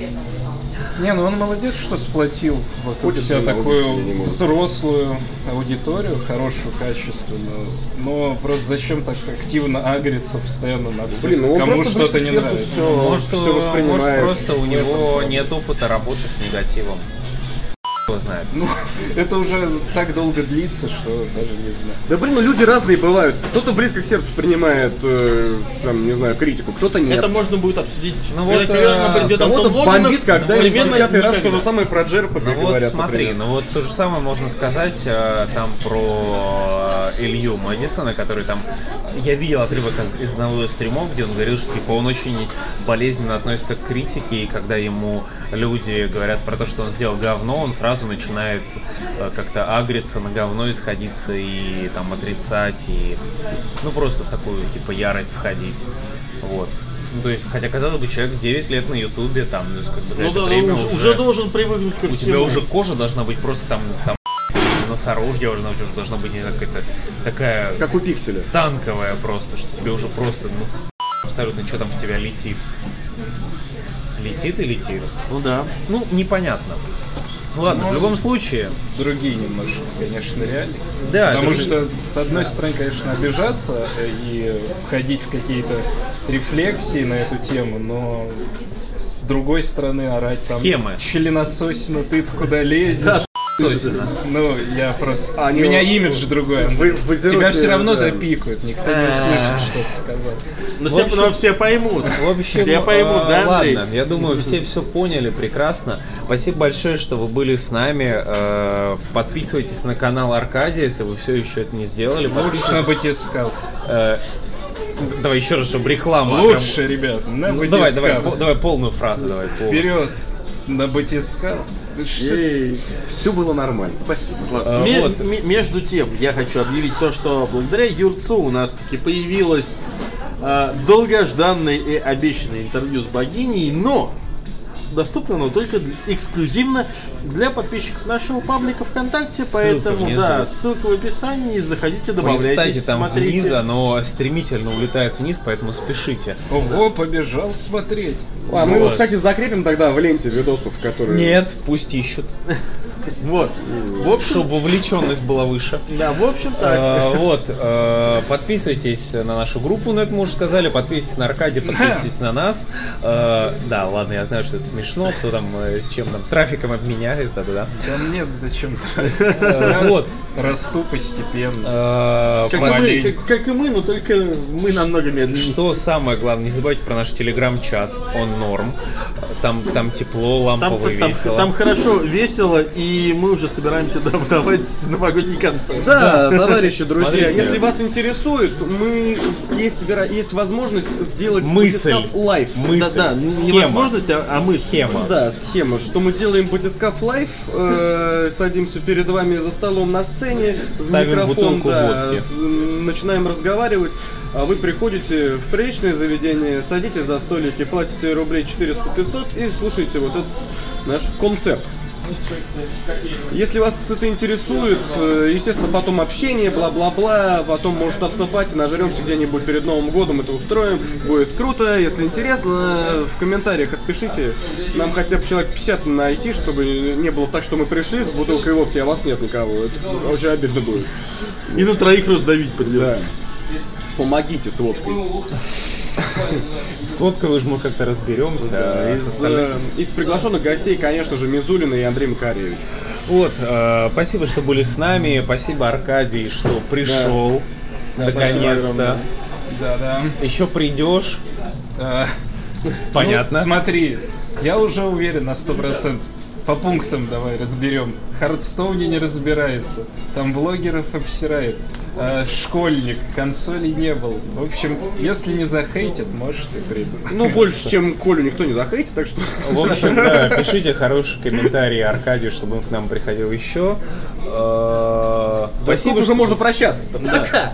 Speaker 3: Не, ну он молодец, что сплотил вокруг
Speaker 2: Ходит
Speaker 3: себя
Speaker 2: жена,
Speaker 3: такую
Speaker 2: убить меня не может.
Speaker 3: взрослую аудиторию, хорошую, качественную. Но просто зачем так активно агриться постоянно на всех,
Speaker 2: Блин, ну он
Speaker 3: кому
Speaker 2: просто
Speaker 3: что-то не
Speaker 2: близко к сердцу
Speaker 3: нравится?
Speaker 2: всё-
Speaker 4: а,
Speaker 1: Может,
Speaker 2: всё
Speaker 1: может
Speaker 2: воспринимает.
Speaker 1: просто у него нет опыта работы с негативом. кто знает.
Speaker 3: Ну, это уже так долго длится, что даже не знаю.
Speaker 2: Да блин, ну люди разные бывают. Кто-то близко к сердцу принимает, э, там, не знаю, критику, кто-то нет.
Speaker 4: Это можно будет обсудить.
Speaker 1: Ну
Speaker 4: Когда
Speaker 1: вот,
Speaker 4: примерно
Speaker 1: а,
Speaker 4: придет
Speaker 2: Кого-то
Speaker 4: Антон Логинов,
Speaker 2: бомбит, когда им в
Speaker 4: примерно
Speaker 2: 50 раз то
Speaker 4: никогда.
Speaker 2: же самое про Джерпа
Speaker 1: Ну вот
Speaker 2: говорят,
Speaker 1: смотри,
Speaker 2: например.
Speaker 1: ну вот то же самое можно сказать э, там про э, Илью Мэдисона, который там... Я видел отрывок из- из одного из стримов, где он говорил, что типа он очень болезненно относится к критике, и когда ему люди говорят про то, что он сделал говно, он сразу начинает э, как-то агриться на говно, исходиться и там отрицать, и ну просто в такую типа ярость входить. Вот. Ну, то есть, хотя, казалось бы, человек 9 лет на Ютубе, там, ну, как бы за
Speaker 4: Ну
Speaker 1: это
Speaker 4: да,
Speaker 1: время
Speaker 4: уж- уже,
Speaker 1: уже
Speaker 4: должен привыкнуть ко
Speaker 1: у тебя
Speaker 4: всему.
Speaker 1: уже кожа должна быть просто там, там носорожье должна быть, уже должна быть не знаю, какая-то такая
Speaker 2: Как у пикселя.
Speaker 1: танковая просто, что тебе уже просто ну, абсолютно что там в тебя летит. Летит и летит.
Speaker 4: Ну да.
Speaker 1: Ну, непонятно. Ну ладно, в любом случае,
Speaker 3: Другие немножко, конечно, реалии.
Speaker 1: да,
Speaker 3: Потому
Speaker 1: друг-
Speaker 3: что, с одной стороны, конечно, обижаться и входить в какие-то рефлексии на эту тему, но с другой стороны орать
Speaker 1: Схемы.
Speaker 3: там членососина, ты куда лезешь.
Speaker 1: Сосина.
Speaker 3: Ну, я просто...
Speaker 2: А Они-
Speaker 3: У меня имидж другой.
Speaker 2: Вы-
Speaker 3: Андрей.
Speaker 2: вы
Speaker 3: Тебя
Speaker 2: зероте,
Speaker 3: все равно
Speaker 2: да.
Speaker 3: запикают, никто не услышит, что ты сказал.
Speaker 4: Но все,
Speaker 1: общем-
Speaker 4: но все ну, поймут.
Speaker 1: В общем,
Speaker 4: все поймут,
Speaker 1: э,
Speaker 4: да, Андрей?
Speaker 1: ладно, я думаю, все все поняли прекрасно. Спасибо большое, что вы были с нами. Э, Подписывайтесь на канал Аркадия, если вы все еще это не сделали.
Speaker 3: Лучше на
Speaker 1: Подписывайтесь.
Speaker 3: батискал.
Speaker 1: Э, Давай еще раз, чтобы реклама.
Speaker 3: Лучше, ребят, на
Speaker 1: Прям- Ну, давай, давай,
Speaker 3: батискаф.
Speaker 1: по- давай полную фразу, давай. полную.
Speaker 3: Вперед, на батискал. Да что
Speaker 2: Все было нормально. Спасибо. Ладно.
Speaker 1: Э,
Speaker 4: Ме-
Speaker 1: вот.
Speaker 4: ме- между тем, я хочу объявить то, что благодаря Юрцу у нас таки появилось э, долгожданное и обещанное интервью с богиней, но доступно оно только для- эксклюзивно для подписчиков нашего паблика ВКонтакте,
Speaker 1: Ссылка
Speaker 4: поэтому
Speaker 1: внизу.
Speaker 4: да, ссылка в описании,
Speaker 1: Вы
Speaker 4: заходите,
Speaker 1: не
Speaker 4: добавляйтесь,
Speaker 1: встаньте там
Speaker 4: смотрите.
Speaker 1: вниз, оно стремительно улетает вниз, поэтому спешите.
Speaker 3: Ого, побежал смотреть.
Speaker 2: А, мы его,
Speaker 1: вот.
Speaker 2: кстати, закрепим тогда в ленте видосов, которые...
Speaker 1: Нет, пусть ищут,
Speaker 4: Вот. В общем,
Speaker 1: чтобы вовлеченность была выше.
Speaker 4: да, в общем так.
Speaker 1: Э, Вот, э, подписывайтесь на нашу группу, ну это мы уже сказали, подписывайтесь на Аркадия, подписывайтесь на нас. Э, Да, ладно, я знаю, что это смешно, кто там, э, чем там, трафиком обменялись, да-да-да.
Speaker 3: Да нет, зачем
Speaker 1: Э, Вот,
Speaker 3: Расту постепенно.
Speaker 1: э,
Speaker 4: Как, и мы, как- как и мы, но только мы намного медленнее.
Speaker 1: Что самое главное, не забывайте про наш телеграм-чат, он норм. Там, там тепло,
Speaker 4: Там,
Speaker 1: лампово,
Speaker 4: там, там-
Speaker 1: весело.
Speaker 4: там хорошо, весело, и мы уже собираемся дав- давать новогодний концерт.
Speaker 2: Да, товарищи, друзья,
Speaker 1: Смотрите.
Speaker 2: если вас интересует, мы есть, веро- есть возможность сделать
Speaker 1: Мысль.
Speaker 2: батискаф лайв.
Speaker 1: Мысль.
Speaker 2: Да, да,
Speaker 4: не
Speaker 1: Схема.
Speaker 4: возможность, а, а мысль.
Speaker 1: Схема.
Speaker 2: Да, схема, что мы делаем батискаф лайв, э, садимся перед вами за столом на сцене, в
Speaker 1: Ставим
Speaker 2: микрофон,
Speaker 1: бутылку
Speaker 2: да,
Speaker 1: водки.
Speaker 2: с- м, э, начинаем разговаривать. А вы приходите в приличное заведение, садитесь за столики, платите рублей 400-500 и слушайте вот этот наш концерт. Если вас это интересует, э, естественно, потом общение, бла-бла-бла, потом, может, автопати, нажремся где-нибудь перед Новым годом, это устроим, будет круто. Если интересно, э, в комментариях отпишите, нам хотя бы человек 50 найти, чтобы не было так, что мы пришли с бутылкой водки, а вас нет никого. Это очень обидно будет.
Speaker 4: И на троих раздавить
Speaker 2: Да.
Speaker 4: придется.
Speaker 2: Помогите с водкой.
Speaker 1: С водкой вы же мы как-то разберемся. а с
Speaker 2: Из,
Speaker 1: остальным-
Speaker 2: э, из приглашенных гостей, конечно же, Мизулина и Андрей Макаревич.
Speaker 1: Вот, э, спасибо, что были с нами. Спасибо, Аркадий, что пришел. Наконец-то.
Speaker 2: огромное.
Speaker 3: Да-да.
Speaker 1: Еще придешь.
Speaker 3: А,
Speaker 1: Понятно.
Speaker 3: ну, смотри, я уже уверен на сто процентов. По пунктам давай разберем. Хардстоуне не разбирается. Там блогеров обсирает. А, школьник, консолей не был. В общем, если не захейтят, может и придут.
Speaker 2: Ну, больше, чем Колю никто не захейтит, так что...
Speaker 1: В общем, да, пишите хорошие комментарии Аркадию, чтобы он к нам приходил еще. Э,
Speaker 2: Спасибо,
Speaker 1: Спасибо,
Speaker 2: уже
Speaker 1: что
Speaker 2: можно прощаться-то. Пока!